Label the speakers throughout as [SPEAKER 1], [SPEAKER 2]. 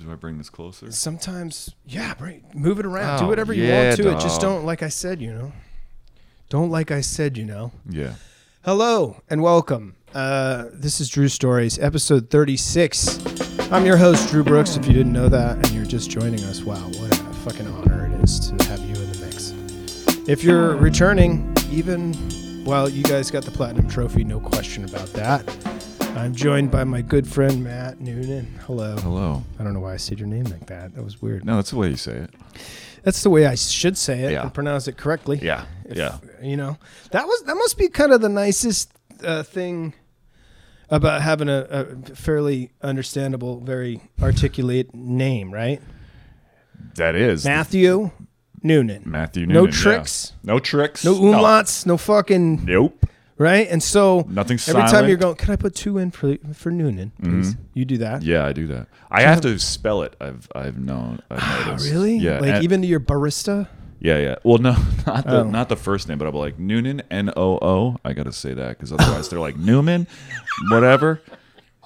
[SPEAKER 1] Do I bring this closer?
[SPEAKER 2] Sometimes, yeah, bring, move it around. Do
[SPEAKER 1] Oh,
[SPEAKER 2] whatever you
[SPEAKER 1] yeah,
[SPEAKER 2] want to. It just
[SPEAKER 1] dog.
[SPEAKER 2] don't, like I said, you know. Don't like I said, you know.
[SPEAKER 1] Yeah.
[SPEAKER 2] Hello and welcome. Uh, this is Drew Stories, episode 36. I'm your host, Drew Brooks. If you didn't know that and you're just joining us, wow, what a fucking honor it is to have you in the mix. If you're returning, even, well, you guys got the Platinum Trophy, no question about that. I'm joined by my good friend, Matt Noonan. Hello.
[SPEAKER 1] Hello.
[SPEAKER 2] I don't know why I said your name like that. That was weird.
[SPEAKER 1] No, that's the way you say it.
[SPEAKER 2] That's the way I should say it
[SPEAKER 1] Yeah.
[SPEAKER 2] and pronounce it correctly.
[SPEAKER 1] Yeah.
[SPEAKER 2] If-
[SPEAKER 1] yeah.
[SPEAKER 2] You know, that was that must be kind of the nicest uh, thing about having a, a fairly understandable, very articulate name, right?
[SPEAKER 1] That is
[SPEAKER 2] Matthew Noonan.
[SPEAKER 1] Matthew
[SPEAKER 2] No
[SPEAKER 1] Noonan, yeah.
[SPEAKER 2] tricks.
[SPEAKER 1] No tricks.
[SPEAKER 2] No umlauts, no fucking
[SPEAKER 1] Nope.
[SPEAKER 2] right. And so
[SPEAKER 1] Nothing
[SPEAKER 2] every time
[SPEAKER 1] silent. Mm-hmm.
[SPEAKER 2] you're going, can I put two in for for Noonan? Please, you do that.
[SPEAKER 1] Yeah, I do that. I have to spell it. I've I've known. I've noticed.
[SPEAKER 2] Oh, Really?
[SPEAKER 1] Yeah.
[SPEAKER 2] Like
[SPEAKER 1] and-
[SPEAKER 2] even to your barista?
[SPEAKER 1] Yeah, yeah. Well, no, not the
[SPEAKER 2] Oh.
[SPEAKER 1] not the first name, but I'm like Noonan N O O. I gotta say that because otherwise they're like Newman, whatever.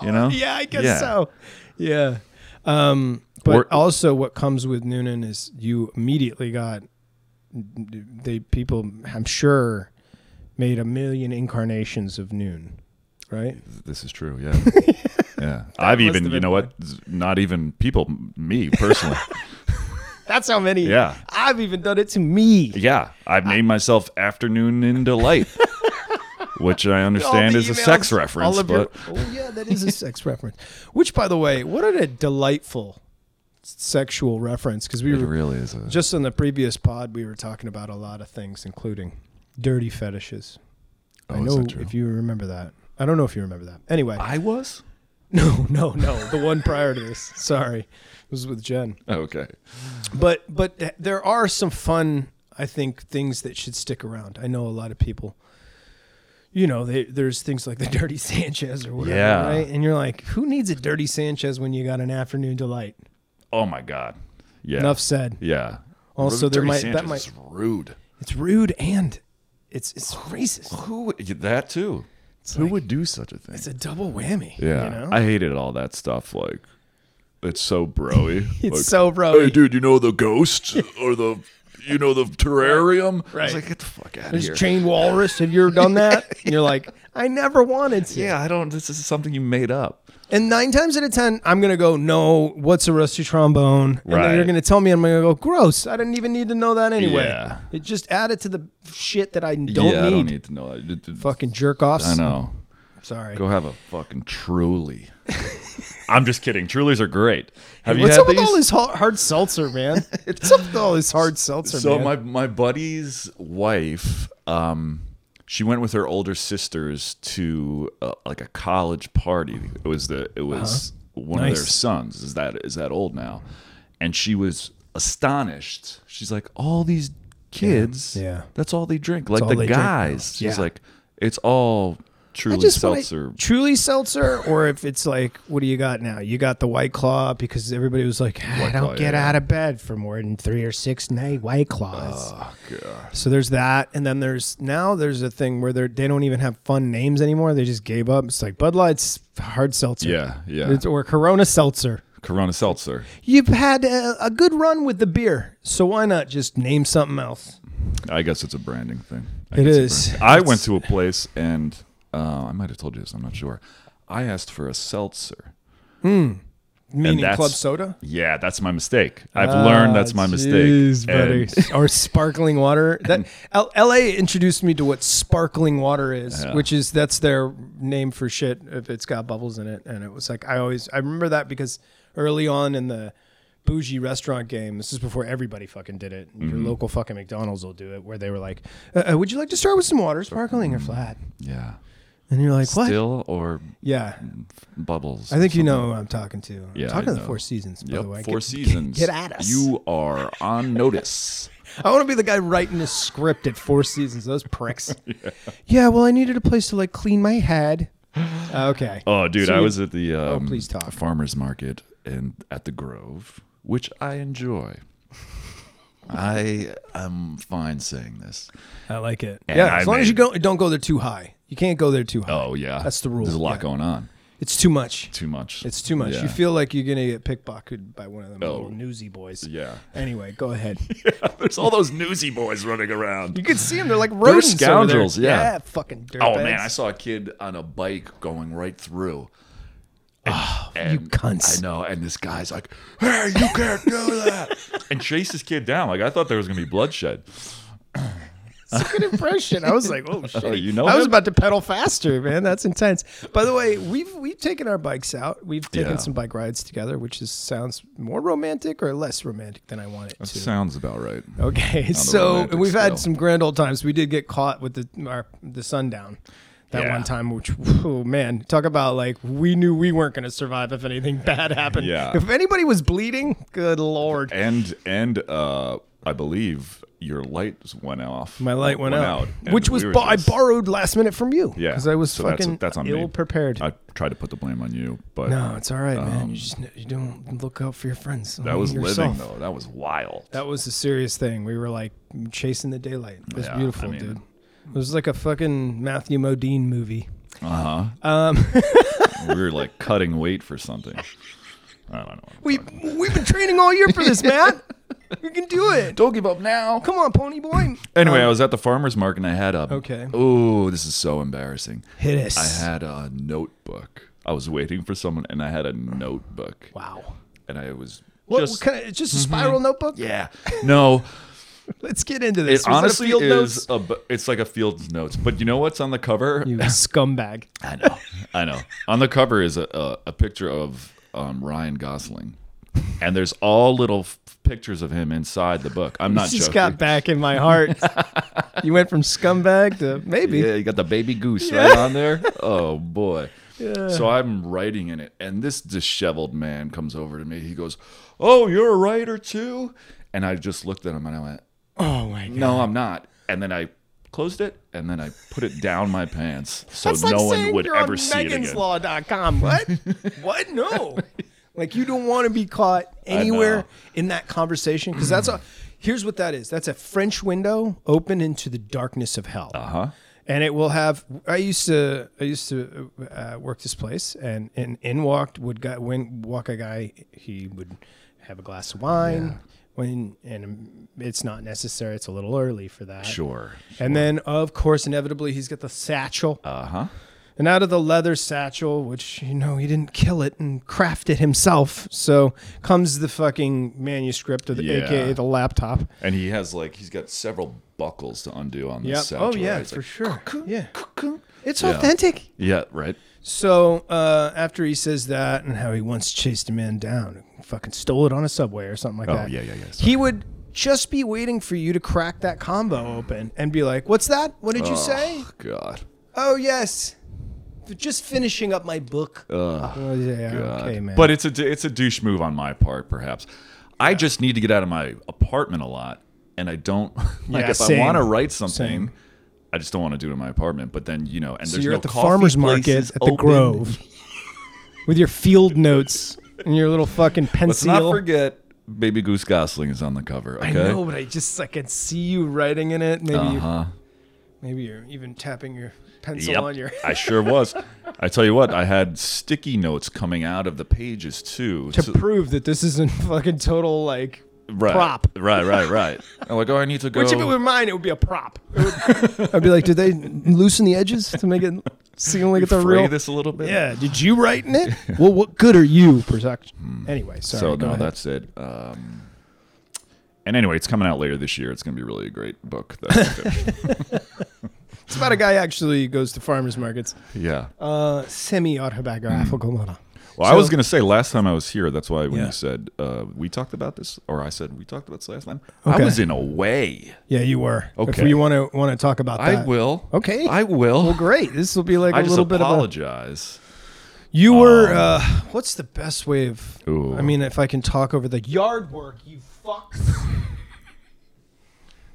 [SPEAKER 1] You know?
[SPEAKER 2] Yeah, I guess
[SPEAKER 1] Yeah.
[SPEAKER 2] so. Yeah. Um, but
[SPEAKER 1] Or-
[SPEAKER 2] also, what comes with Noonan is you immediately got they people. I'm sure made a million incarnations of Noon, right?
[SPEAKER 1] This is true. Yeah. yeah. I've
[SPEAKER 2] must have
[SPEAKER 1] even, you
[SPEAKER 2] been
[SPEAKER 1] know what? Z- Not even people, m- me personally.
[SPEAKER 2] That's how many.
[SPEAKER 1] Yeah.
[SPEAKER 2] I've even done it to me.
[SPEAKER 1] yeah,
[SPEAKER 2] Uh,
[SPEAKER 1] I've named myself Afternoon in Delight, which I
[SPEAKER 2] All
[SPEAKER 1] understand
[SPEAKER 2] the
[SPEAKER 1] is a
[SPEAKER 2] emails,
[SPEAKER 1] sex reference,
[SPEAKER 2] all of your-
[SPEAKER 1] but
[SPEAKER 2] oh yeah, that is a sex reference. Which, by the way, what a delightful sexual reference because we
[SPEAKER 1] it
[SPEAKER 2] were
[SPEAKER 1] really is a
[SPEAKER 2] Just on the previous pod, we were talking about a lot of things, including dirty fetishes. I
[SPEAKER 1] Oh,
[SPEAKER 2] know
[SPEAKER 1] is that true?
[SPEAKER 2] if you remember that. I don't know if you remember that. Anyway,
[SPEAKER 1] I was.
[SPEAKER 2] no, no, no. The one prior to this. Sorry, it was with Jen.
[SPEAKER 1] Okay.
[SPEAKER 2] But but there are some fun, I think, things that should stick around. I know a lot of people. You know, they, there's things like the dirty Sanchez or whatever,
[SPEAKER 1] Yeah.
[SPEAKER 2] right? And you're like, who needs a dirty Sanchez when you got an afternoon delight?
[SPEAKER 1] Oh my God. Yeah.
[SPEAKER 2] Enough said.
[SPEAKER 1] Yeah.
[SPEAKER 2] Also, there
[SPEAKER 1] Dirty
[SPEAKER 2] might- that
[SPEAKER 1] Sanchez
[SPEAKER 2] might-
[SPEAKER 1] is rude.
[SPEAKER 2] It's rude and it's it's racist.
[SPEAKER 1] Who that too? Who would do such a thing?
[SPEAKER 2] It's a double whammy.
[SPEAKER 1] Yeah,
[SPEAKER 2] You know?
[SPEAKER 1] I hated all that stuff. Like, it's so broy.
[SPEAKER 2] it's
[SPEAKER 1] Like,
[SPEAKER 2] so bro.
[SPEAKER 1] Hey, dude, you know the ghost or the, you know the terrarium? I
[SPEAKER 2] Right.
[SPEAKER 1] was like, get the fuck out of
[SPEAKER 2] There's
[SPEAKER 1] here.
[SPEAKER 2] chain walrus. Have you ever done that? And you're like, I never wanted to.
[SPEAKER 1] yeah, I don't. This is something you made up.
[SPEAKER 2] And nine times out of ten, I'm gonna go, no. What's a rusty trombone? And
[SPEAKER 1] Right.
[SPEAKER 2] then you're gonna tell me, I'm gonna go, gross. I didn't even need to know that anyway.
[SPEAKER 1] Yeah.
[SPEAKER 2] It just added to the shit that I don't
[SPEAKER 1] yeah,
[SPEAKER 2] need.
[SPEAKER 1] I don't need to know that. D- d-
[SPEAKER 2] Fucking jerk offs.
[SPEAKER 1] I know.
[SPEAKER 2] Sorry.
[SPEAKER 1] Go have a fucking truly. I'm just kidding. Trulies are great. Have you
[SPEAKER 2] What's
[SPEAKER 1] had
[SPEAKER 2] up
[SPEAKER 1] these?
[SPEAKER 2] with all this hard, hard seltzer, man? What's up with all this hard seltzer,
[SPEAKER 1] so
[SPEAKER 2] man?
[SPEAKER 1] my my buddy's wife um she went with her older sisters to uh, like a college party it was the it was one of their
[SPEAKER 2] Uh-huh. Nice.
[SPEAKER 1] sons is that is that old now and she was astonished she's like all these kids
[SPEAKER 2] yeah.
[SPEAKER 1] that's all they drink like
[SPEAKER 2] all
[SPEAKER 1] the
[SPEAKER 2] they drink now.
[SPEAKER 1] guys she's
[SPEAKER 2] Yeah.
[SPEAKER 1] like it's all
[SPEAKER 2] I
[SPEAKER 1] truly
[SPEAKER 2] just want
[SPEAKER 1] seltzer
[SPEAKER 2] truly seltzer, or if it's like, what do you got now? You got the White Claw because everybody was like, "Ah, I don't
[SPEAKER 1] Claw,
[SPEAKER 2] get
[SPEAKER 1] yeah.
[SPEAKER 2] out of bed for more than three or six night White Claws.
[SPEAKER 1] Ah, God.
[SPEAKER 2] So there's that, and then there's now there's a thing where they they don't even have fun names anymore. They just gave up. It's like Bud Light's hard seltzer,
[SPEAKER 1] yeah yeah
[SPEAKER 2] It's- or Corona seltzer.
[SPEAKER 1] corona seltzer
[SPEAKER 2] You've had a, a good run with the beer, so why not just name something else?
[SPEAKER 1] I guess it's a branding thing. I
[SPEAKER 2] It
[SPEAKER 1] guess
[SPEAKER 2] is.
[SPEAKER 1] it's a brand- I went to a place and uh, I might have told you this. I'm not sure. I asked for a seltzer.
[SPEAKER 2] Meaning
[SPEAKER 1] that's-
[SPEAKER 2] club soda.
[SPEAKER 1] Yeah, that's my mistake. I've learned that's my mistake.
[SPEAKER 2] Ah, buddy.
[SPEAKER 1] And-
[SPEAKER 2] or sparkling water. That L- L.A. introduced me to what sparkling water is, which is that's their name for shit if it's got bubbles in it. And it was like I always I remember that because early on in the bougie restaurant game, this is before everybody fucking did it. Your
[SPEAKER 1] Mm-hmm.
[SPEAKER 2] local fucking McDonald's will do it, where they were like, uh, uh, "Would you like to start with some water, sparkling or flat?"
[SPEAKER 1] yeah.
[SPEAKER 2] And you're like, "What?"
[SPEAKER 1] Dill or
[SPEAKER 2] Yeah,
[SPEAKER 1] bubbles.
[SPEAKER 2] I think you know who I'm talking to.
[SPEAKER 1] Yeah,
[SPEAKER 2] I'm talking
[SPEAKER 1] I
[SPEAKER 2] to the
[SPEAKER 1] know.
[SPEAKER 2] Four Seasons. By
[SPEAKER 1] Yep,
[SPEAKER 2] the way,
[SPEAKER 1] Four
[SPEAKER 2] Get-
[SPEAKER 1] Seasons.
[SPEAKER 2] Get at us.
[SPEAKER 1] You are on notice.
[SPEAKER 2] I want to be the guy writing a script at Four Seasons. Those pricks. yeah. well, I needed a place to like clean my head. Okay.
[SPEAKER 1] Oh, dude,
[SPEAKER 2] So
[SPEAKER 1] I
[SPEAKER 2] you-
[SPEAKER 1] was at the um,
[SPEAKER 2] please talk.
[SPEAKER 1] farmers market and at the Grove, which I enjoy. I am fine saying this.
[SPEAKER 2] I like it.
[SPEAKER 1] And
[SPEAKER 2] yeah,
[SPEAKER 1] I
[SPEAKER 2] as long as
[SPEAKER 1] made-
[SPEAKER 2] you go, don't go there too high. You can't go there too high.
[SPEAKER 1] Oh yeah,
[SPEAKER 2] That's the rule,
[SPEAKER 1] There's a lot
[SPEAKER 2] yeah.
[SPEAKER 1] going on.
[SPEAKER 2] It's too much.
[SPEAKER 1] Too much.
[SPEAKER 2] It's too much. You
[SPEAKER 1] Yeah.
[SPEAKER 2] feel like you're gonna get pickpocketed by one of them
[SPEAKER 1] Oh.
[SPEAKER 2] little newsy boys.
[SPEAKER 1] Yeah.
[SPEAKER 2] Anyway, go ahead.
[SPEAKER 1] There's all those newsy boys running around.
[SPEAKER 2] You can see them. They're like rodents. over there.
[SPEAKER 1] scoundrels, yeah.
[SPEAKER 2] fucking dirtbags.
[SPEAKER 1] Oh man, I saw a kid on a bike going right through. Ah, And,
[SPEAKER 2] you cunts.
[SPEAKER 1] I know, and this guy's like, "Hey, you can't do that!" and chased this kid down. Like I thought there was gonna be bloodshed.
[SPEAKER 2] That's a good impression. I was like, oh shit.
[SPEAKER 1] you know
[SPEAKER 2] I was
[SPEAKER 1] him?
[SPEAKER 2] about to pedal faster, man. That's intense. By the way, we've we've taken our bikes out. We've taken
[SPEAKER 1] Yeah.
[SPEAKER 2] some bike rides together, which is sounds more romantic or less romantic than I want it to.
[SPEAKER 1] Sounds about right.
[SPEAKER 2] Okay, so
[SPEAKER 1] romantic
[SPEAKER 2] and we've had
[SPEAKER 1] scale.
[SPEAKER 2] some grand old times. We did get caught with the our, the sundown that
[SPEAKER 1] Yeah.
[SPEAKER 2] one time, which oh man, talk about like we knew we weren't going to survive if anything bad happened.
[SPEAKER 1] Yeah.
[SPEAKER 2] If anybody was bleeding, good lord.
[SPEAKER 1] And and uh, I believe your lights went off.
[SPEAKER 2] My light went, out,
[SPEAKER 1] and
[SPEAKER 2] which was
[SPEAKER 1] we were
[SPEAKER 2] bo- I
[SPEAKER 1] just-
[SPEAKER 2] borrowed last minute from you.
[SPEAKER 1] Yeah,
[SPEAKER 2] because I was
[SPEAKER 1] so that's-
[SPEAKER 2] fucking
[SPEAKER 1] that's on me.
[SPEAKER 2] ill prepared.
[SPEAKER 1] I tried to put the blame on you, but
[SPEAKER 2] no, it's all right, man. You just you don't look out for your friends.
[SPEAKER 1] that was
[SPEAKER 2] yourself.
[SPEAKER 1] living though. That was wild.
[SPEAKER 2] That was a serious thing. We were like chasing the daylight. It was
[SPEAKER 1] Yeah,
[SPEAKER 2] beautiful,
[SPEAKER 1] I mean-
[SPEAKER 2] dude. It was like a fucking Matthew Modine movie.
[SPEAKER 1] Uh huh. we were like cutting weight for something. I don't know.
[SPEAKER 2] We we've been training all year for this, Matt. we can do it.
[SPEAKER 1] Don't give up now.
[SPEAKER 2] Come on, Pony Boy.
[SPEAKER 1] Anyway, I was at the farmer's market and I had a.
[SPEAKER 2] Um, Okay.
[SPEAKER 1] Oh, this is so embarrassing.
[SPEAKER 2] Hit us.
[SPEAKER 1] I had a notebook. I was waiting for someone and I had a notebook.
[SPEAKER 2] Wow.
[SPEAKER 1] And I was
[SPEAKER 2] What,
[SPEAKER 1] just.
[SPEAKER 2] kind of, just Mm-hmm. a spiral notebook?
[SPEAKER 1] yeah. No,
[SPEAKER 2] Let's get into
[SPEAKER 1] it
[SPEAKER 2] this. Was
[SPEAKER 1] honestly
[SPEAKER 2] it a field
[SPEAKER 1] is.
[SPEAKER 2] notes?
[SPEAKER 1] A, bu- it's like a field notes. But you know what's on the cover?
[SPEAKER 2] You scumbag.
[SPEAKER 1] I know. I know. On the cover is a, a, a picture of um, Ryan Gosling. And there's all little f- pictures of him inside the book. I'm not
[SPEAKER 2] This just
[SPEAKER 1] joking.
[SPEAKER 2] got back in my heart. you went from scumbag to maybe.
[SPEAKER 1] Yeah, you got the baby goose right on there. Oh boy. So I'm writing in it, and this disheveled man comes over to me. He goes, "Oh, you're a writer too?" And I just looked at him and I went,
[SPEAKER 2] Oh my god.
[SPEAKER 1] "No, I'm not." And then I closed it, and then I put it down my pants so
[SPEAKER 2] That's
[SPEAKER 1] no
[SPEAKER 2] like
[SPEAKER 1] one
[SPEAKER 2] saying
[SPEAKER 1] would
[SPEAKER 2] you're
[SPEAKER 1] ever
[SPEAKER 2] on
[SPEAKER 1] see it again.
[SPEAKER 2] meganslaw.com. What? what? No. Like you don't want to be caught anywhere in that conversation because that's a. Here's what that is. That's a French window open into the darkness of hell. Uh
[SPEAKER 1] Uh-huh.
[SPEAKER 2] huh. And it will have. I used to. I used to uh, work this place, and and in walked would guy when walk a guy. He would have a glass of wine. When and it's not necessary. It's a little early for that.
[SPEAKER 1] Sure.
[SPEAKER 2] And then, of course, inevitably, he's got the satchel.
[SPEAKER 1] Uh huh.
[SPEAKER 2] And out of the leather satchel, which, you know, he didn't kill it and craft it himself, so comes the fucking manuscript of the
[SPEAKER 1] Yeah.
[SPEAKER 2] AKA the laptop.
[SPEAKER 1] And he has like he's got several buckles to undo on
[SPEAKER 2] Yep.
[SPEAKER 1] this satchel.
[SPEAKER 2] Oh, yeah,
[SPEAKER 1] right? It's
[SPEAKER 2] for
[SPEAKER 1] like,
[SPEAKER 2] sure. Yeah.
[SPEAKER 1] "Cuckoo."
[SPEAKER 2] It's
[SPEAKER 1] Yeah.
[SPEAKER 2] authentic.
[SPEAKER 1] Yeah. Right.
[SPEAKER 2] So uh, after he says that and how he once chased a man down, and fucking stole it on a subway or something like
[SPEAKER 1] Oh,
[SPEAKER 2] that.
[SPEAKER 1] yeah, yeah, yeah, sorry.
[SPEAKER 2] He would just be waiting for you to crack that combo open and be like, what's that? What did you say?
[SPEAKER 1] Oh, God.
[SPEAKER 2] Oh yes, just finishing up my book. oh yeah, okay, man.
[SPEAKER 1] But it's a d- it's a douche move on my part, perhaps. I just need to get out of my apartment a lot, and I don't like
[SPEAKER 2] Yeah,
[SPEAKER 1] if
[SPEAKER 2] same.
[SPEAKER 1] I want to write something.
[SPEAKER 2] Same.
[SPEAKER 1] I just don't want to do it in my apartment. But then you know, and
[SPEAKER 2] so
[SPEAKER 1] there's
[SPEAKER 2] you're
[SPEAKER 1] no
[SPEAKER 2] at the
[SPEAKER 1] coffee
[SPEAKER 2] farmers market
[SPEAKER 1] places
[SPEAKER 2] at the
[SPEAKER 1] open.
[SPEAKER 2] Grove with your field notes and your little fucking
[SPEAKER 1] Let's
[SPEAKER 2] pencil.
[SPEAKER 1] not forget, Baby Goose Gosling is on the cover. Okay,
[SPEAKER 2] I know, but I just I can see you writing in it. Maybe
[SPEAKER 1] Uh-huh.
[SPEAKER 2] you're, maybe you're even tapping your pencil
[SPEAKER 1] Yep.
[SPEAKER 2] on your.
[SPEAKER 1] I sure was. I tell you what, I had sticky notes coming out of the pages too.
[SPEAKER 2] To
[SPEAKER 1] So-
[SPEAKER 2] prove that this isn't fucking total like
[SPEAKER 1] right,
[SPEAKER 2] prop.
[SPEAKER 1] Right, right, right. I'm like, oh, I need to go.
[SPEAKER 2] Which if it were mine, it would be a prop. It would- I'd be like, did they loosen the edges to make it seem like it's a
[SPEAKER 1] fray
[SPEAKER 2] real?
[SPEAKER 1] this a little bit.
[SPEAKER 2] Yeah, did you write in it? well, what good are you, production? Anyway, sorry.
[SPEAKER 1] so
[SPEAKER 2] go
[SPEAKER 1] no,
[SPEAKER 2] ahead.
[SPEAKER 1] that's it. Um, and anyway, it's coming out later this year. It's going to be really a great book. That
[SPEAKER 2] it's about a guy actually who goes to farmers markets.
[SPEAKER 1] yeah.
[SPEAKER 2] Uh, semi
[SPEAKER 1] Hmm.
[SPEAKER 2] autobiographical. model.
[SPEAKER 1] Well, I was going to say last time I was here. That's why when
[SPEAKER 2] Yeah.
[SPEAKER 1] you said uh, we talked about this, or I said we talked about this last time,
[SPEAKER 2] Okay.
[SPEAKER 1] I was in a way.
[SPEAKER 2] Yeah, you were. If
[SPEAKER 1] Okay.
[SPEAKER 2] we want to want to talk about that,
[SPEAKER 1] I will.
[SPEAKER 2] Okay.
[SPEAKER 1] I will.
[SPEAKER 2] Well, great. This will be like
[SPEAKER 1] I
[SPEAKER 2] a
[SPEAKER 1] just
[SPEAKER 2] little bit of a.
[SPEAKER 1] apologize.
[SPEAKER 2] You were. Uh, what's the best way of?
[SPEAKER 1] Ooh.
[SPEAKER 2] I mean, if I can talk over the yard work, you fuck.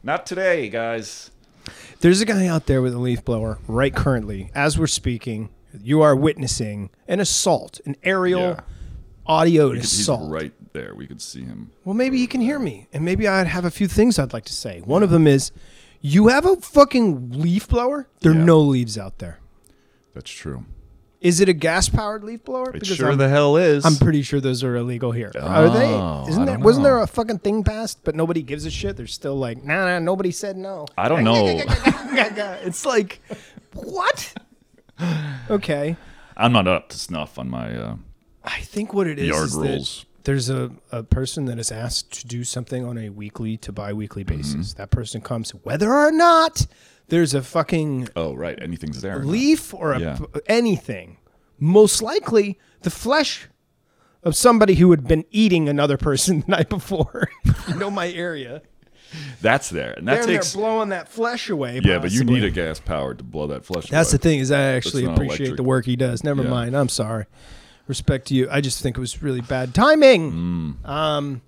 [SPEAKER 1] Not today, guys.
[SPEAKER 2] There's a guy out there with a leaf blower right currently, as we're speaking. You are witnessing an assault, an aerial
[SPEAKER 1] Yeah.
[SPEAKER 2] audio
[SPEAKER 1] He's
[SPEAKER 2] assault.
[SPEAKER 1] right there. We could see him.
[SPEAKER 2] Well, maybe he can hear me, and maybe I'd have a few things I'd like to say. One of them is, you have a fucking leaf blower. There are
[SPEAKER 1] Yeah.
[SPEAKER 2] no leaves out there.
[SPEAKER 1] That's true.
[SPEAKER 2] Is it a gas powered leaf blower?
[SPEAKER 1] It sure
[SPEAKER 2] I'm,
[SPEAKER 1] the hell is.
[SPEAKER 2] I'm pretty sure those are illegal here. are
[SPEAKER 1] Oh,
[SPEAKER 2] they?
[SPEAKER 1] I
[SPEAKER 2] Isn't that
[SPEAKER 1] don't
[SPEAKER 2] wasn't there
[SPEAKER 1] know.
[SPEAKER 2] a fucking thing passed? But nobody gives a shit. They're still like, nah, nah. Nobody said no.
[SPEAKER 1] I don't know.
[SPEAKER 2] it's like, what? Okay.
[SPEAKER 1] I'm not up to snuff on my. Uh,
[SPEAKER 2] I think what it is
[SPEAKER 1] Yard
[SPEAKER 2] is that
[SPEAKER 1] rules.
[SPEAKER 2] there's a, a person that is asked to do something on a weekly to bi-weekly
[SPEAKER 1] Mm-hmm.
[SPEAKER 2] basis. That person comes whether or not there's a fucking
[SPEAKER 1] oh right, anything's there.
[SPEAKER 2] leaf or a
[SPEAKER 1] Yeah.
[SPEAKER 2] p- anything. Most likely the flesh of somebody who had been eating another person the night before. you know my area.
[SPEAKER 1] That's there, and
[SPEAKER 2] There
[SPEAKER 1] that
[SPEAKER 2] and
[SPEAKER 1] takes.
[SPEAKER 2] they're blowing that flesh away.
[SPEAKER 1] Yeah, but you
[SPEAKER 2] possibly.
[SPEAKER 1] need a gas powered to blow that flush.
[SPEAKER 2] That's the
[SPEAKER 1] away.
[SPEAKER 2] thing is I actually
[SPEAKER 1] not
[SPEAKER 2] appreciate
[SPEAKER 1] electric.
[SPEAKER 2] the work he does. Never
[SPEAKER 1] Yeah.
[SPEAKER 2] mind. I'm sorry. Respect to you. I just think it was really bad timing. Um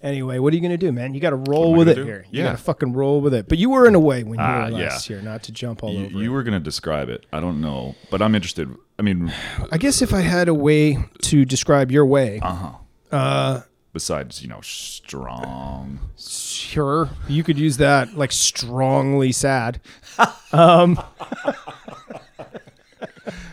[SPEAKER 2] anyway, what are you going to do, man? You got to roll
[SPEAKER 1] Mm. What am I
[SPEAKER 2] with
[SPEAKER 1] gonna do?
[SPEAKER 2] it here. You
[SPEAKER 1] Yeah.
[SPEAKER 2] got to fucking roll with it. But you were in a way when you
[SPEAKER 1] Ah,
[SPEAKER 2] were
[SPEAKER 1] yeah.
[SPEAKER 2] last year, not to jump all
[SPEAKER 1] You,
[SPEAKER 2] over.
[SPEAKER 1] you
[SPEAKER 2] it.
[SPEAKER 1] were gonna describe it. I don't know, but I'm interested. I mean,
[SPEAKER 2] I guess if I had a way to describe your way,
[SPEAKER 1] Uh. besides you know, strong.
[SPEAKER 2] sure, you could use that like strongly sad.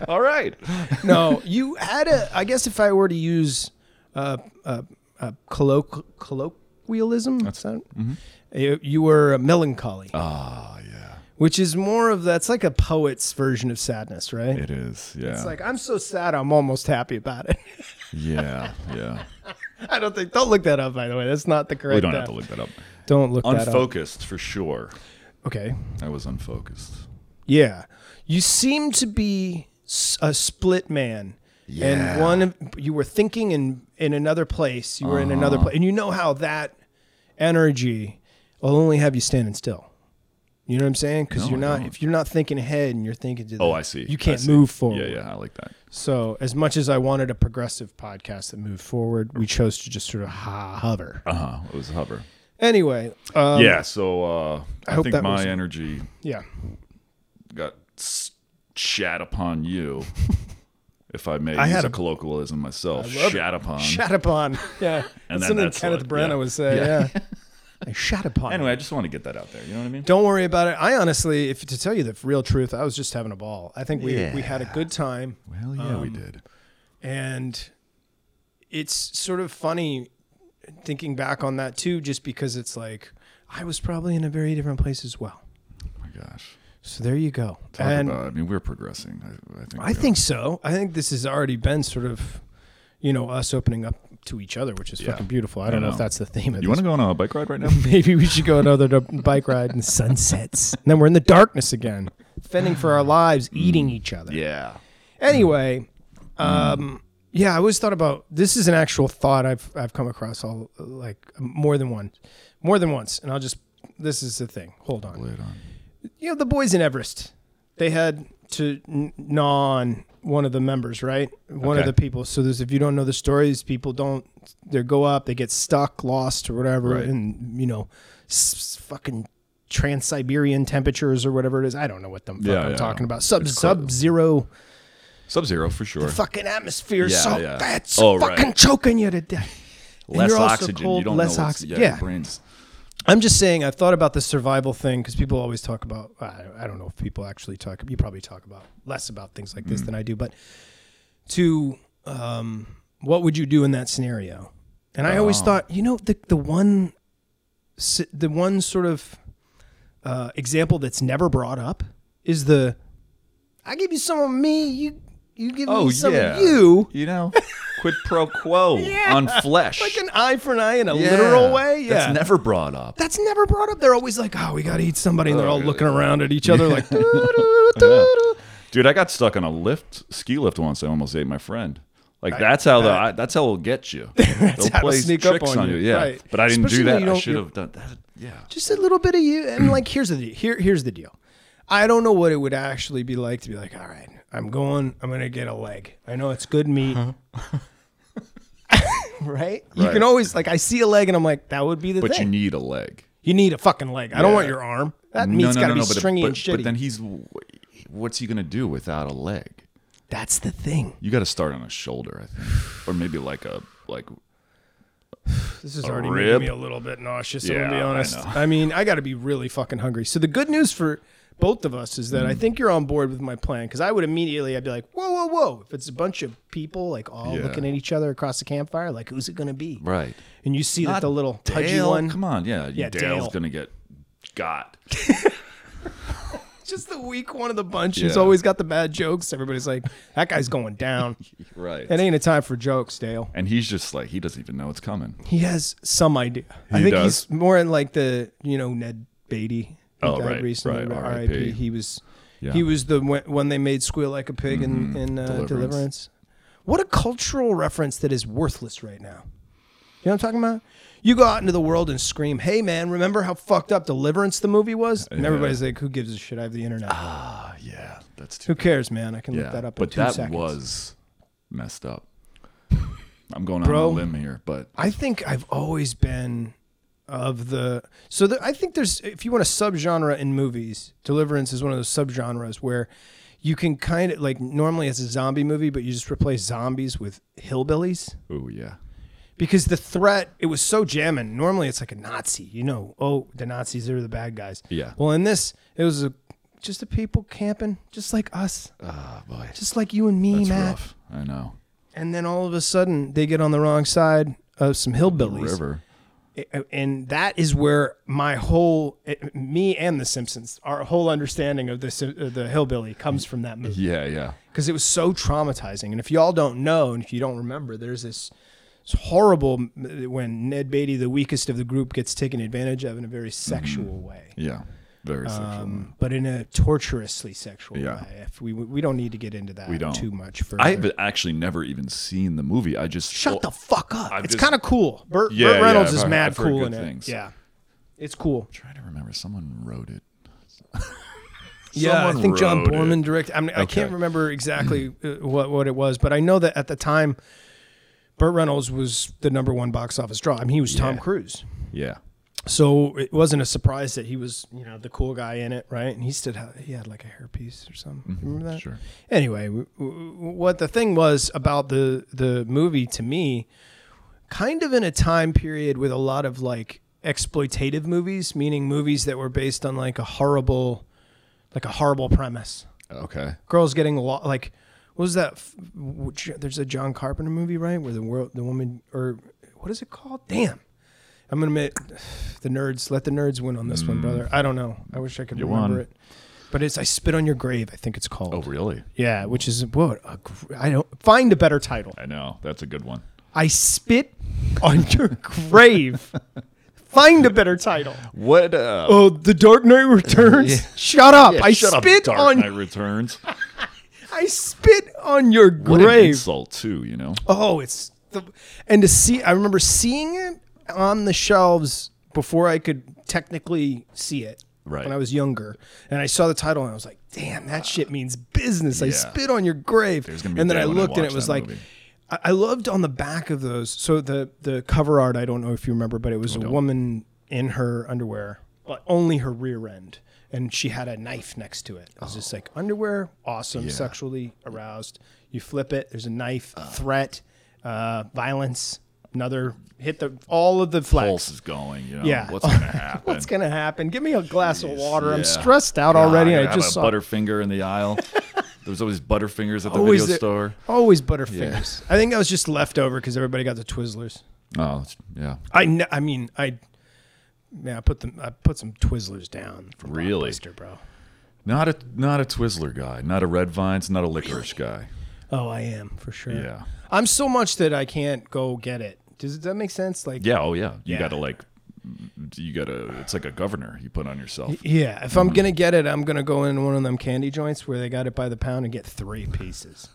[SPEAKER 1] All right.
[SPEAKER 2] No, you had a. I guess if I were to use uh, uh, uh, colloqu- colloquialism, that's that.
[SPEAKER 1] Mm-hmm.
[SPEAKER 2] You, you were uh, melancholy,
[SPEAKER 1] Ah, yeah.
[SPEAKER 2] which is more of that's like a poet's version of sadness, right?
[SPEAKER 1] It is. Yeah.
[SPEAKER 2] it's like I'm so sad, I'm almost happy about it.
[SPEAKER 1] yeah. Yeah.
[SPEAKER 2] I don't think. Don't look that up, by the way. That's not the correct.
[SPEAKER 1] We don't
[SPEAKER 2] uh,
[SPEAKER 1] have to look that up.
[SPEAKER 2] Don't look that up.
[SPEAKER 1] Unfocused for sure.
[SPEAKER 2] Okay.
[SPEAKER 1] I was unfocused.
[SPEAKER 2] Yeah. You seem to be s- a split man.
[SPEAKER 1] Yeah.
[SPEAKER 2] And one of- you were thinking in in another place, you were in another
[SPEAKER 1] Uh-huh.
[SPEAKER 2] place. And you know how that energy will only have you standing still. You know what I'm saying? Cuz
[SPEAKER 1] No,
[SPEAKER 2] you're
[SPEAKER 1] I
[SPEAKER 2] not
[SPEAKER 1] don't.
[SPEAKER 2] if you're not thinking ahead and you're thinking to the,
[SPEAKER 1] Oh, I see.
[SPEAKER 2] You
[SPEAKER 1] I
[SPEAKER 2] can't
[SPEAKER 1] see.
[SPEAKER 2] move forward.
[SPEAKER 1] Yeah, yeah. I like that.
[SPEAKER 2] So, as much as I wanted a progressive podcast that moved forward, we chose to just sort of ha- hover.
[SPEAKER 1] Uh huh. It was a hover.
[SPEAKER 2] Anyway, um,
[SPEAKER 1] yeah. So uh, I,
[SPEAKER 2] hope
[SPEAKER 1] think
[SPEAKER 2] that
[SPEAKER 1] my
[SPEAKER 2] was-
[SPEAKER 1] energy
[SPEAKER 2] yeah.
[SPEAKER 1] got s- shat upon you. if I may
[SPEAKER 2] I
[SPEAKER 1] use
[SPEAKER 2] had
[SPEAKER 1] a,
[SPEAKER 2] a-
[SPEAKER 1] colloquialism myself,
[SPEAKER 2] love it.
[SPEAKER 1] shat upon.
[SPEAKER 2] Shut upon. Yeah.
[SPEAKER 1] And
[SPEAKER 2] that's
[SPEAKER 1] then
[SPEAKER 2] something
[SPEAKER 1] that's
[SPEAKER 2] Kenneth
[SPEAKER 1] like-
[SPEAKER 2] Branagh
[SPEAKER 1] yeah.
[SPEAKER 2] would say. Yeah. I shut upon.
[SPEAKER 1] Anyway, I just want to get that out there. You know what I mean?
[SPEAKER 2] Don't worry about it. I honestly, if to tell you the real truth, I was just having a ball. I think we we had a good time,
[SPEAKER 1] Well, yeah,
[SPEAKER 2] Um,
[SPEAKER 1] we did.
[SPEAKER 2] and it's sort of funny thinking back on that too, just because it's like I was probably in a very different place as well.
[SPEAKER 1] Oh my gosh.
[SPEAKER 2] So there you go.
[SPEAKER 1] Talk
[SPEAKER 2] and
[SPEAKER 1] about. I mean, we're progressing. I, I think.
[SPEAKER 2] I think so. I think this has already been sort of, you know, us opening up to each other, which is
[SPEAKER 1] Yeah.
[SPEAKER 2] fucking beautiful. I don't know. if
[SPEAKER 1] know.
[SPEAKER 2] that's the theme of
[SPEAKER 1] You
[SPEAKER 2] this
[SPEAKER 1] want to go on a bike ride right now?
[SPEAKER 2] Maybe we should go another d- bike ride and sunsets. And then we're in the darkness again, fending for our lives, eating each other.
[SPEAKER 1] yeah.
[SPEAKER 2] Anyway, um, yeah, I always thought about this is an actual thought I've I've come across all like more than one, more than once, and I'll just this is the thing. Hold on.
[SPEAKER 1] Lay it on.
[SPEAKER 2] You know the boys in Everest, they had to n- gnaw on one of the members, right? One of
[SPEAKER 1] Okay.
[SPEAKER 2] the people. So there's if you don't know the stories, people don't they go up, they get stuck, lost, or whatever,
[SPEAKER 1] Right.
[SPEAKER 2] and you know, s- s- fucking trans Siberian temperatures or whatever it is. I don't know what the fuck
[SPEAKER 1] Yeah,
[SPEAKER 2] I'm
[SPEAKER 1] yeah.
[SPEAKER 2] talking about. Sub
[SPEAKER 1] It's cra-
[SPEAKER 2] sub zero
[SPEAKER 1] Sub zero for sure.
[SPEAKER 2] fucking atmosphere
[SPEAKER 1] Yeah,
[SPEAKER 2] so
[SPEAKER 1] yeah.
[SPEAKER 2] that's
[SPEAKER 1] Oh, right.
[SPEAKER 2] fucking choking you to death. And
[SPEAKER 1] less
[SPEAKER 2] you're also
[SPEAKER 1] oxygen.
[SPEAKER 2] cold,
[SPEAKER 1] you don't
[SPEAKER 2] less
[SPEAKER 1] know what's-
[SPEAKER 2] oxy-
[SPEAKER 1] Yeah,
[SPEAKER 2] yeah.
[SPEAKER 1] Your brains.
[SPEAKER 2] I'm just saying, I've thought about the survival thing because people always talk about. I, I don't know if people actually talk. You probably talk about less about things like
[SPEAKER 1] Mm.
[SPEAKER 2] this than I do, but to um, what would you do in that scenario? And I
[SPEAKER 1] Oh.
[SPEAKER 2] always thought, you know, the the one, s- the one sort of uh, example that's never brought up is the, I give you some of me, you you give
[SPEAKER 1] Oh
[SPEAKER 2] me some
[SPEAKER 1] yeah.
[SPEAKER 2] of you,
[SPEAKER 1] You know, quid pro quo on flesh.
[SPEAKER 2] like an eye for an eye in a
[SPEAKER 1] Yeah.
[SPEAKER 2] literal way. Yeah,
[SPEAKER 1] That's never brought up.
[SPEAKER 2] that's never brought up. They're always like, oh, we got to eat somebody. And they're all
[SPEAKER 1] Oh,
[SPEAKER 2] looking around at each other like, "Doo-doo,
[SPEAKER 1] Yeah.
[SPEAKER 2] doo-doo."
[SPEAKER 1] Dude, I got stuck on a lift ski lift once. I almost ate my friend. Like that's how the I, that's how it'll get you. They'll
[SPEAKER 2] how it'll
[SPEAKER 1] play
[SPEAKER 2] sneak up
[SPEAKER 1] tricks
[SPEAKER 2] on
[SPEAKER 1] on
[SPEAKER 2] you.
[SPEAKER 1] you. Yeah,
[SPEAKER 2] Right.
[SPEAKER 1] but I didn't
[SPEAKER 2] Especially when
[SPEAKER 1] do
[SPEAKER 2] you
[SPEAKER 1] that. I
[SPEAKER 2] don't-
[SPEAKER 1] should have done that. Yeah,
[SPEAKER 2] just a little bit of you. And like, here's the deal. Here, here's the deal. I don't know what it would actually be like to be like, all right, I'm going, I'm going to get a leg. I know it's good meat. right? You
[SPEAKER 1] Uh-huh. Right.
[SPEAKER 2] can always, like, I see a leg and I'm like, that would be the
[SPEAKER 1] but you
[SPEAKER 2] thing. You need,
[SPEAKER 1] need a leg.
[SPEAKER 2] a fucking leg. I don't
[SPEAKER 1] Yeah.
[SPEAKER 2] want your arm. That meat's got to be
[SPEAKER 1] but-
[SPEAKER 2] stringy
[SPEAKER 1] but,
[SPEAKER 2] and shitty.
[SPEAKER 1] But then he's, what's he gonna do without a leg?
[SPEAKER 2] That's the thing.
[SPEAKER 1] You got to start on a shoulder, I think, or maybe like a like
[SPEAKER 2] This is already making
[SPEAKER 1] rib?
[SPEAKER 2] me a little bit nauseous. I'm
[SPEAKER 1] Yeah,
[SPEAKER 2] gonna
[SPEAKER 1] I
[SPEAKER 2] be honest.
[SPEAKER 1] know.
[SPEAKER 2] I, mean, I got to be really fucking hungry. So the good news for both of us is that
[SPEAKER 1] Mm.
[SPEAKER 2] I think you're on board with my plan because I would immediately I'd be like, whoa, whoa, whoa! If it's a bunch of people like all
[SPEAKER 1] Yeah.
[SPEAKER 2] looking at each other across the campfire, like who's it gonna be?
[SPEAKER 1] Right.
[SPEAKER 2] And you see that the little pudgy
[SPEAKER 1] Dale,
[SPEAKER 2] one,
[SPEAKER 1] Come on, yeah.
[SPEAKER 2] Yeah,
[SPEAKER 1] Dale's
[SPEAKER 2] Dale.
[SPEAKER 1] gonna get got.
[SPEAKER 2] just the weak one of the bunch who's
[SPEAKER 1] Yeah.
[SPEAKER 2] always got the bad jokes. Everybody's like, that guy's going down.
[SPEAKER 1] Right.
[SPEAKER 2] it ain't a time for jokes, Dale.
[SPEAKER 1] and he's just like he doesn't even know it's coming.
[SPEAKER 2] He has some idea. I
[SPEAKER 1] He
[SPEAKER 2] think
[SPEAKER 1] does?
[SPEAKER 2] he's more in like the you know Ned Beatty. who
[SPEAKER 1] Oh,
[SPEAKER 2] died
[SPEAKER 1] right,
[SPEAKER 2] recently,
[SPEAKER 1] right,
[SPEAKER 2] R.I.P.
[SPEAKER 1] R.I.P..
[SPEAKER 2] He was
[SPEAKER 1] Yeah. Mm-hmm.
[SPEAKER 2] he was the one one they made squeal like a pig in in uh, Deliverance.
[SPEAKER 1] Deliverance.
[SPEAKER 2] What a cultural reference that is worthless right now. You know what I'm talking about? You go out into the world and scream, "Hey man, remember how fucked up Deliverance the movie was?" And
[SPEAKER 1] Yeah.
[SPEAKER 2] everybody's like, "Who gives a shit? I have the internet.
[SPEAKER 1] Ah, yeah, that's too.
[SPEAKER 2] Who cares, man? I can
[SPEAKER 1] Yeah,
[SPEAKER 2] look that up in
[SPEAKER 1] but
[SPEAKER 2] two
[SPEAKER 1] that
[SPEAKER 2] seconds."
[SPEAKER 1] was messed up. I'm going
[SPEAKER 2] Bro.
[SPEAKER 1] on a limb here, but
[SPEAKER 2] I think I've always been of the so there, I think there's if you want a subgenre in movies, Deliverance is one of those subgenres where you can kind of like normally it's a zombie movie, but you just replace zombies with hillbillies
[SPEAKER 1] oh yeah,
[SPEAKER 2] because the threat it was so jamming. Normally it's like a Nazi, you know, oh the Nazis are the bad guys.
[SPEAKER 1] Yeah.
[SPEAKER 2] Well, in this it was a, just the people camping, just like us,
[SPEAKER 1] ah boy,
[SPEAKER 2] just like you and me,
[SPEAKER 1] that's
[SPEAKER 2] Matt.
[SPEAKER 1] rough. I know.
[SPEAKER 2] And then all of a sudden they get on the wrong side of some hillbillies
[SPEAKER 1] River.
[SPEAKER 2] and that is where my whole eh, me and the simpsons our whole understanding of the Sim- uh, the hillbilly comes from that movie
[SPEAKER 1] Yeah, yeah.
[SPEAKER 2] because it was so traumatizing and if y'all don't know and if you don't remember there's this, this horrible m- when ned beatty the weakest of the group gets taken advantage of in a very sexual
[SPEAKER 1] Mm-hmm.
[SPEAKER 2] way
[SPEAKER 1] Yeah. Very sexual.
[SPEAKER 2] um, but in a torturously sexual
[SPEAKER 1] Yeah.
[SPEAKER 2] way if we we don't need to get into that
[SPEAKER 1] We don't.
[SPEAKER 2] too much for
[SPEAKER 1] I have actually never even seen the movie. I just
[SPEAKER 2] Shut the fuck up.
[SPEAKER 1] I've
[SPEAKER 2] it's
[SPEAKER 1] just-
[SPEAKER 2] kind of cool. Burt,
[SPEAKER 1] Yeah,
[SPEAKER 2] Burt
[SPEAKER 1] yeah,
[SPEAKER 2] Reynolds
[SPEAKER 1] I've
[SPEAKER 2] is
[SPEAKER 1] heard-
[SPEAKER 2] mad
[SPEAKER 1] I've heard
[SPEAKER 2] cool
[SPEAKER 1] good
[SPEAKER 2] in it.
[SPEAKER 1] things.
[SPEAKER 2] Yeah. It's cool.
[SPEAKER 1] trying to remember. Someone wrote it.
[SPEAKER 2] Yeah, I
[SPEAKER 1] Someone
[SPEAKER 2] think John
[SPEAKER 1] wrote it.
[SPEAKER 2] Borman directed. I, mean, I can't
[SPEAKER 1] Okay.
[SPEAKER 2] remember exactly uh, what what it was, but I know that at the time, Burt Reynolds was the number one box office draw. I mean, he was Tom
[SPEAKER 1] Yeah.
[SPEAKER 2] Cruise,
[SPEAKER 1] Yeah.
[SPEAKER 2] so it wasn't a surprise that he was you know the cool guy in it, right? And he stood out. He had like a hairpiece or something.
[SPEAKER 1] Mm-hmm.
[SPEAKER 2] Remember that?
[SPEAKER 1] Sure.
[SPEAKER 2] Anyway, w- w- what the thing was about the the movie to me, kind of in a time period with a lot of like exploitative movies, meaning movies that were based on like a horrible, like a horrible premise
[SPEAKER 1] Okay.
[SPEAKER 2] girls getting lo- like what was that f- which- there's a john carpenter movie right where the world the woman or what is it called damn i'm gonna admit the nerds let the nerds win on this one brother i don't know i wish i could
[SPEAKER 1] Mm. You
[SPEAKER 2] remember
[SPEAKER 1] won.
[SPEAKER 2] it but it's i spit on your grave i think it's called
[SPEAKER 1] Oh, really?
[SPEAKER 2] yeah which is what a, gr- i don't find a better title
[SPEAKER 1] I know. That's a good one.
[SPEAKER 2] i spit on your grave find a better title
[SPEAKER 1] What? Uh,
[SPEAKER 2] oh the dark knight returns shut up
[SPEAKER 1] yeah,
[SPEAKER 2] i
[SPEAKER 1] shut up,
[SPEAKER 2] spit
[SPEAKER 1] Dark
[SPEAKER 2] on
[SPEAKER 1] Knight Returns.
[SPEAKER 2] i spit on your grave
[SPEAKER 1] What an insult, too. You know.
[SPEAKER 2] Oh, it's the and to see. I remember seeing it on the shelves before I could technically see it.
[SPEAKER 1] Right.
[SPEAKER 2] When I was younger, and I saw the title, and I was like, "Damn, that shit means business." I
[SPEAKER 1] Yeah.
[SPEAKER 2] spit on your grave.
[SPEAKER 1] gonna be a
[SPEAKER 2] and then
[SPEAKER 1] day
[SPEAKER 2] I
[SPEAKER 1] when I
[SPEAKER 2] looked, and
[SPEAKER 1] watch
[SPEAKER 2] it was
[SPEAKER 1] that
[SPEAKER 2] like.
[SPEAKER 1] movie.
[SPEAKER 2] I I loved on the back of those. So the the cover art, I don't know if you remember, but it was a woman in her underwear, but only her rear end, and she had a knife next to it. It was
[SPEAKER 1] Oh.
[SPEAKER 2] just like underwear, awesome, sexually aroused. You flip it, there's a knife,
[SPEAKER 1] Oh.
[SPEAKER 2] threat, uh, violence, another hit the all of the flags.
[SPEAKER 1] Pulse is going. You know.
[SPEAKER 2] Yeah.
[SPEAKER 1] What's gonna happen?
[SPEAKER 2] What's gonna happen? Give me a glass of water. I'm
[SPEAKER 1] Yeah.
[SPEAKER 2] stressed out
[SPEAKER 1] God,
[SPEAKER 2] already.
[SPEAKER 1] gotta
[SPEAKER 2] and I
[SPEAKER 1] have
[SPEAKER 2] just
[SPEAKER 1] a
[SPEAKER 2] saw
[SPEAKER 1] Butterfinger in the aisle. There's always Butterfingers at the
[SPEAKER 2] always
[SPEAKER 1] video
[SPEAKER 2] the-
[SPEAKER 1] store.
[SPEAKER 2] Always butterfingers. I think that was just left over because everybody got the Twizzlers.
[SPEAKER 1] Oh, it's- yeah.
[SPEAKER 2] I kn- I mean I man I put them I put some Twizzlers down from
[SPEAKER 1] Really?
[SPEAKER 2] Blockbuster, bro.
[SPEAKER 1] Not a not a Twizzler guy. Not a Red Vines. Not a licorice guy.
[SPEAKER 2] Oh, I am for sure.
[SPEAKER 1] Yeah.
[SPEAKER 2] I'm so much that I can't go get it. Does that make sense? Like
[SPEAKER 1] Yeah. Oh, yeah. You
[SPEAKER 2] Yeah.
[SPEAKER 1] gotta like. You gotta. It's like a governor you put on yourself.
[SPEAKER 2] yeah, if I'm
[SPEAKER 1] Mm-hmm.
[SPEAKER 2] gonna get it, I'm gonna go in one of them candy joints where they got it by the pound and get three pieces.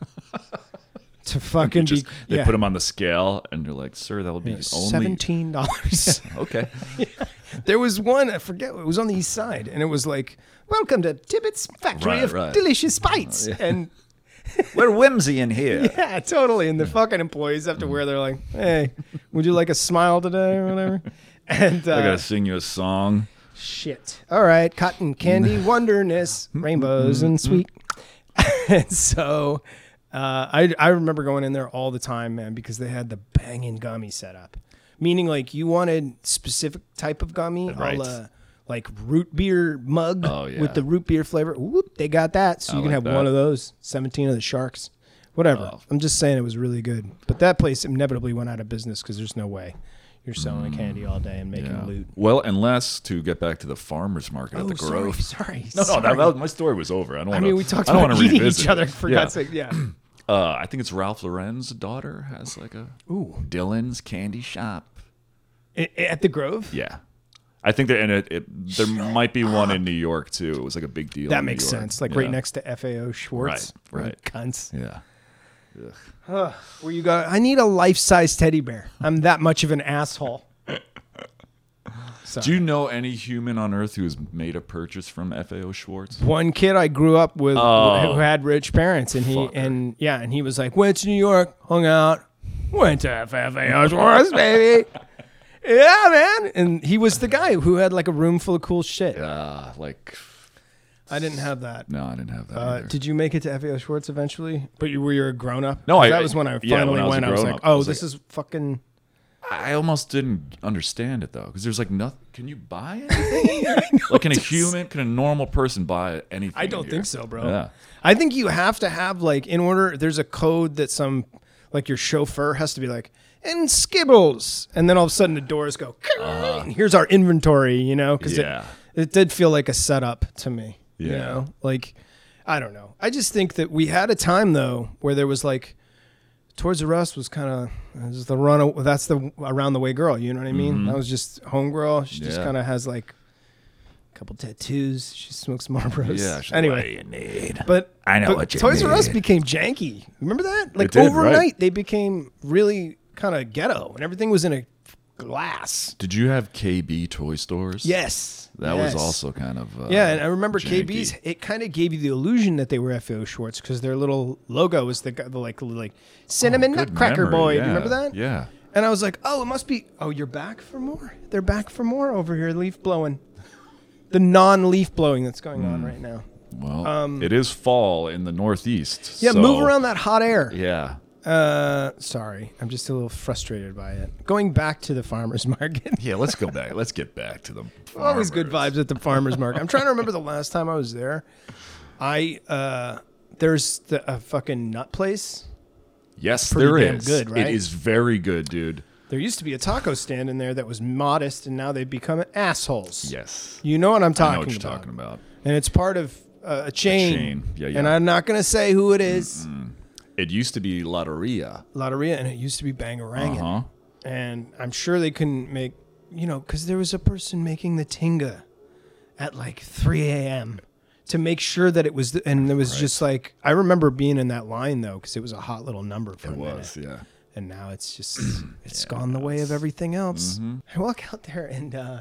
[SPEAKER 2] to fucking
[SPEAKER 1] Just
[SPEAKER 2] be
[SPEAKER 1] they
[SPEAKER 2] yeah.
[SPEAKER 1] put them on the scale, and you're like, "Sir, that would be only
[SPEAKER 2] seventeen dollars.
[SPEAKER 1] okay."
[SPEAKER 2] There was one, I forget, it was on the east side, and it was like, Welcome to Tibbetts Factory
[SPEAKER 1] Right,
[SPEAKER 2] of
[SPEAKER 1] right.
[SPEAKER 2] Delicious Bites. And
[SPEAKER 1] We're whimsy in here.
[SPEAKER 2] yeah, totally. And the fucking employees have to wear, they're like, Hey, would you like a smile today or whatever? And
[SPEAKER 1] I
[SPEAKER 2] uh,
[SPEAKER 1] gotta sing you a song.
[SPEAKER 2] shit. All right, cotton candy, wonderness, rainbows and sweet. and so uh, I, I remember going in there all the time, man, because they had the banging gummy set up. Meaning, like, you wanted specific type of gummy, a
[SPEAKER 1] Right.
[SPEAKER 2] la like root beer mug
[SPEAKER 1] Oh, yeah.
[SPEAKER 2] with the root beer flavor. Whoop, they got that. So
[SPEAKER 1] I
[SPEAKER 2] you can
[SPEAKER 1] like
[SPEAKER 2] have
[SPEAKER 1] that.
[SPEAKER 2] one of those. Seventeen of the sharks. Whatever.
[SPEAKER 1] Oh.
[SPEAKER 2] I'm just saying it was really good. But that place inevitably went out of business because there's no way you're selling candy all day and making
[SPEAKER 1] Yeah.
[SPEAKER 2] loot.
[SPEAKER 1] Well, unless to get back to the farmers market at the
[SPEAKER 2] Oh, sorry,
[SPEAKER 1] Grove.
[SPEAKER 2] sorry.
[SPEAKER 1] No, no,
[SPEAKER 2] sorry.
[SPEAKER 1] that, that was- my story was over. I don't
[SPEAKER 2] I
[SPEAKER 1] want to.
[SPEAKER 2] mean, we talked
[SPEAKER 1] I don't
[SPEAKER 2] about
[SPEAKER 1] wanna
[SPEAKER 2] eating
[SPEAKER 1] revisit
[SPEAKER 2] each other
[SPEAKER 1] it.
[SPEAKER 2] for
[SPEAKER 1] Yeah.
[SPEAKER 2] God's sake. Yeah.
[SPEAKER 1] Uh, I think it's Ralph Lauren's daughter has like a
[SPEAKER 2] Ooh.
[SPEAKER 1] Dylan's candy shop.
[SPEAKER 2] I- I- At the Grove?
[SPEAKER 1] Yeah, I think that, and it, it there might be one in New York too. It was like a big deal.
[SPEAKER 2] That
[SPEAKER 1] in New
[SPEAKER 2] makes
[SPEAKER 1] York.
[SPEAKER 2] sense. Like
[SPEAKER 1] Yeah.
[SPEAKER 2] right next to FAO Schwartz.
[SPEAKER 1] Right,
[SPEAKER 2] You
[SPEAKER 1] right.
[SPEAKER 2] Cunts.
[SPEAKER 1] Yeah.
[SPEAKER 2] Where you go, I need a life size teddy bear. I'm that much of an asshole.
[SPEAKER 1] Do you know any human on Earth who's made a purchase from FAO Schwartz?
[SPEAKER 2] One kid I grew up with
[SPEAKER 1] Oh.
[SPEAKER 2] who had rich parents, and he
[SPEAKER 1] Fucker.
[SPEAKER 2] and yeah, and he was like, went to New York, hung out, went to FAO Schwartz, baby. Yeah, man. And he was the guy who had like a room full of cool shit.
[SPEAKER 1] Uh, like,
[SPEAKER 2] I didn't have that.
[SPEAKER 1] no, I didn't have that.
[SPEAKER 2] Uh,
[SPEAKER 1] either.
[SPEAKER 2] did you make it to FAO Schwartz eventually? But you were you a grown up?
[SPEAKER 1] No, I-
[SPEAKER 2] That was when I finally
[SPEAKER 1] yeah, when I was a
[SPEAKER 2] went. I was
[SPEAKER 1] grown
[SPEAKER 2] like,
[SPEAKER 1] up, I
[SPEAKER 2] oh,
[SPEAKER 1] was
[SPEAKER 2] this
[SPEAKER 1] like-
[SPEAKER 2] is fucking.
[SPEAKER 1] I almost didn't understand it though, because there's like nothing. Can you buy anything? like, can a human, can a normal person buy anything?
[SPEAKER 2] I don't
[SPEAKER 1] here?
[SPEAKER 2] think so, bro.
[SPEAKER 1] Yeah.
[SPEAKER 2] I think you have to have like in order. There's a code that some like your chauffeur has to be like and skibbles, and then all of a sudden the doors go. "Kling." Here's our inventory, you know, because
[SPEAKER 1] Uh-huh. Yeah.
[SPEAKER 2] it, it did feel like a setup to me. You
[SPEAKER 1] Yeah.
[SPEAKER 2] know, like I don't know. I just think that we had a time though where there was like. Towards the Us was kind of was the run. That's the around the way girl. You know what I mean? That was just homegirl. She just
[SPEAKER 1] Mm-hmm. Yeah.
[SPEAKER 2] kind of has like a couple tattoos. She smokes Marlboros.
[SPEAKER 1] Yeah. she's like,
[SPEAKER 2] Anyway,
[SPEAKER 1] "What do you need.
[SPEAKER 2] but
[SPEAKER 1] I know
[SPEAKER 2] but
[SPEAKER 1] what you
[SPEAKER 2] Toys R Us
[SPEAKER 1] mean.
[SPEAKER 2] became janky. Remember that? Like
[SPEAKER 1] did, right.
[SPEAKER 2] overnight, they became really kind of ghetto, and everything was in a glass.
[SPEAKER 1] Did you have KB toy stores?
[SPEAKER 2] Yes,
[SPEAKER 1] That
[SPEAKER 2] yes.
[SPEAKER 1] was also kind of. Uh,
[SPEAKER 2] Yeah, and I remember
[SPEAKER 1] janky.
[SPEAKER 2] KB's. It kind of gave you the illusion that they were FAO Schwartz because their little logo was the, gu- the like the, like cinnamon
[SPEAKER 1] Oh, Good
[SPEAKER 2] nutcracker
[SPEAKER 1] memory,
[SPEAKER 2] boy. Do
[SPEAKER 1] yeah,
[SPEAKER 2] You remember that?
[SPEAKER 1] Yeah.
[SPEAKER 2] And I was like, oh, it must be. Oh, you're back for more. They're back for more over here. Leaf blowing, the non-leaf blowing that's going on
[SPEAKER 1] Hmm.
[SPEAKER 2] right now.
[SPEAKER 1] Well, it is fall in the Northeast.
[SPEAKER 2] Um, Yeah,
[SPEAKER 1] so-
[SPEAKER 2] move around that hot air.
[SPEAKER 1] Yeah.
[SPEAKER 2] Uh, sorry, I'm just a little frustrated by it. Going back to the farmers market.
[SPEAKER 1] Yeah, let's go back. Let's get back to them.
[SPEAKER 2] Always good vibes at the farmers market. I'm trying to remember the last time I was there. I uh, there's the, a fucking nut place.
[SPEAKER 1] Yes,
[SPEAKER 2] Pretty
[SPEAKER 1] there is.
[SPEAKER 2] damn good, right?
[SPEAKER 1] It is very good, dude.
[SPEAKER 2] There used to be a taco stand in there that was modest, and now they've become assholes.
[SPEAKER 1] Yes.
[SPEAKER 2] You know what I'm
[SPEAKER 1] I
[SPEAKER 2] talking
[SPEAKER 1] know what you're
[SPEAKER 2] about.
[SPEAKER 1] talking about.
[SPEAKER 2] And it's part of uh, a chain.
[SPEAKER 1] chain. Yeah, yeah.
[SPEAKER 2] And I'm not gonna say who it is.
[SPEAKER 1] It used to be Lotteria.
[SPEAKER 2] Lotteria, and it used to be Bangarang.
[SPEAKER 1] Uh huh.
[SPEAKER 2] and I'm sure they couldn't make, you know, because there was a person making the tinga at like 3 a.m. to make sure that it was, the, and there was just like I remember being in that line though because it was a hot little number for a
[SPEAKER 1] It was,
[SPEAKER 2] minute,
[SPEAKER 1] yeah.
[SPEAKER 2] and now it's just it's gone the way of everything else.
[SPEAKER 1] Mm-hmm.
[SPEAKER 2] I walk out there and uh,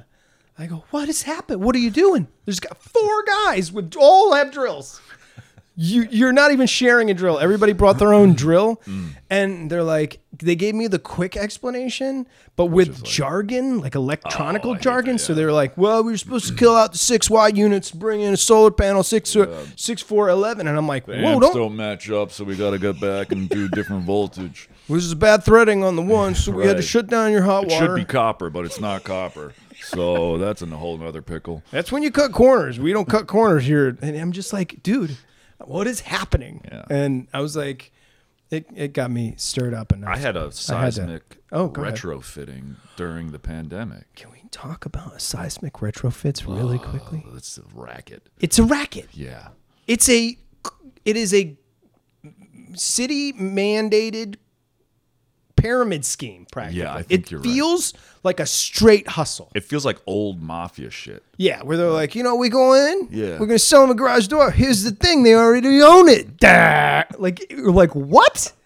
[SPEAKER 2] I go, "What has happened? What are you doing?" There's got four guys with all have drills you you're not even sharing a drill. Everybody brought their
[SPEAKER 1] Mm.
[SPEAKER 2] own drill, and they're like, they gave me the quick explanation, but with jargon, like
[SPEAKER 1] Oh,
[SPEAKER 2] electronical jargon. So they're like, well, we were supposed to kill out the six Y units, bring in a solar panel, six uh, six four eleven, and I'm like, whoa,
[SPEAKER 1] amps
[SPEAKER 2] don't.
[SPEAKER 1] don't match up, so we got to get back and do different voltage.
[SPEAKER 2] This is bad threading on the one, so we had to
[SPEAKER 1] Right.
[SPEAKER 2] shut down your hot
[SPEAKER 1] It
[SPEAKER 2] water.
[SPEAKER 1] should be copper, but it's not copper. So that's in a whole nother pickle.
[SPEAKER 2] That's when you cut corners. We don't cut corners here. And I'm just like, dude, what is happening?
[SPEAKER 1] Yeah.
[SPEAKER 2] And I was like, it, it got me stirred up enough.
[SPEAKER 1] I had a
[SPEAKER 2] had to-
[SPEAKER 1] seismic
[SPEAKER 2] Oh, go ahead.
[SPEAKER 1] retrofitting during the pandemic.
[SPEAKER 2] Can we talk about seismic retrofits really quickly?
[SPEAKER 1] Oh, that's a racket.
[SPEAKER 2] It's a racket.
[SPEAKER 1] Yeah.
[SPEAKER 2] It's a it is a city mandated pyramid scheme practically.
[SPEAKER 1] Yeah, I think
[SPEAKER 2] it
[SPEAKER 1] you're right.
[SPEAKER 2] feels like a straight hustle.
[SPEAKER 1] It feels like old mafia shit.
[SPEAKER 2] Yeah, where they're like, you know, we go in,
[SPEAKER 1] Yeah.
[SPEAKER 2] we're gonna sell them a garage door. Here's the thing, they already own it. Dah. Like you're like, what?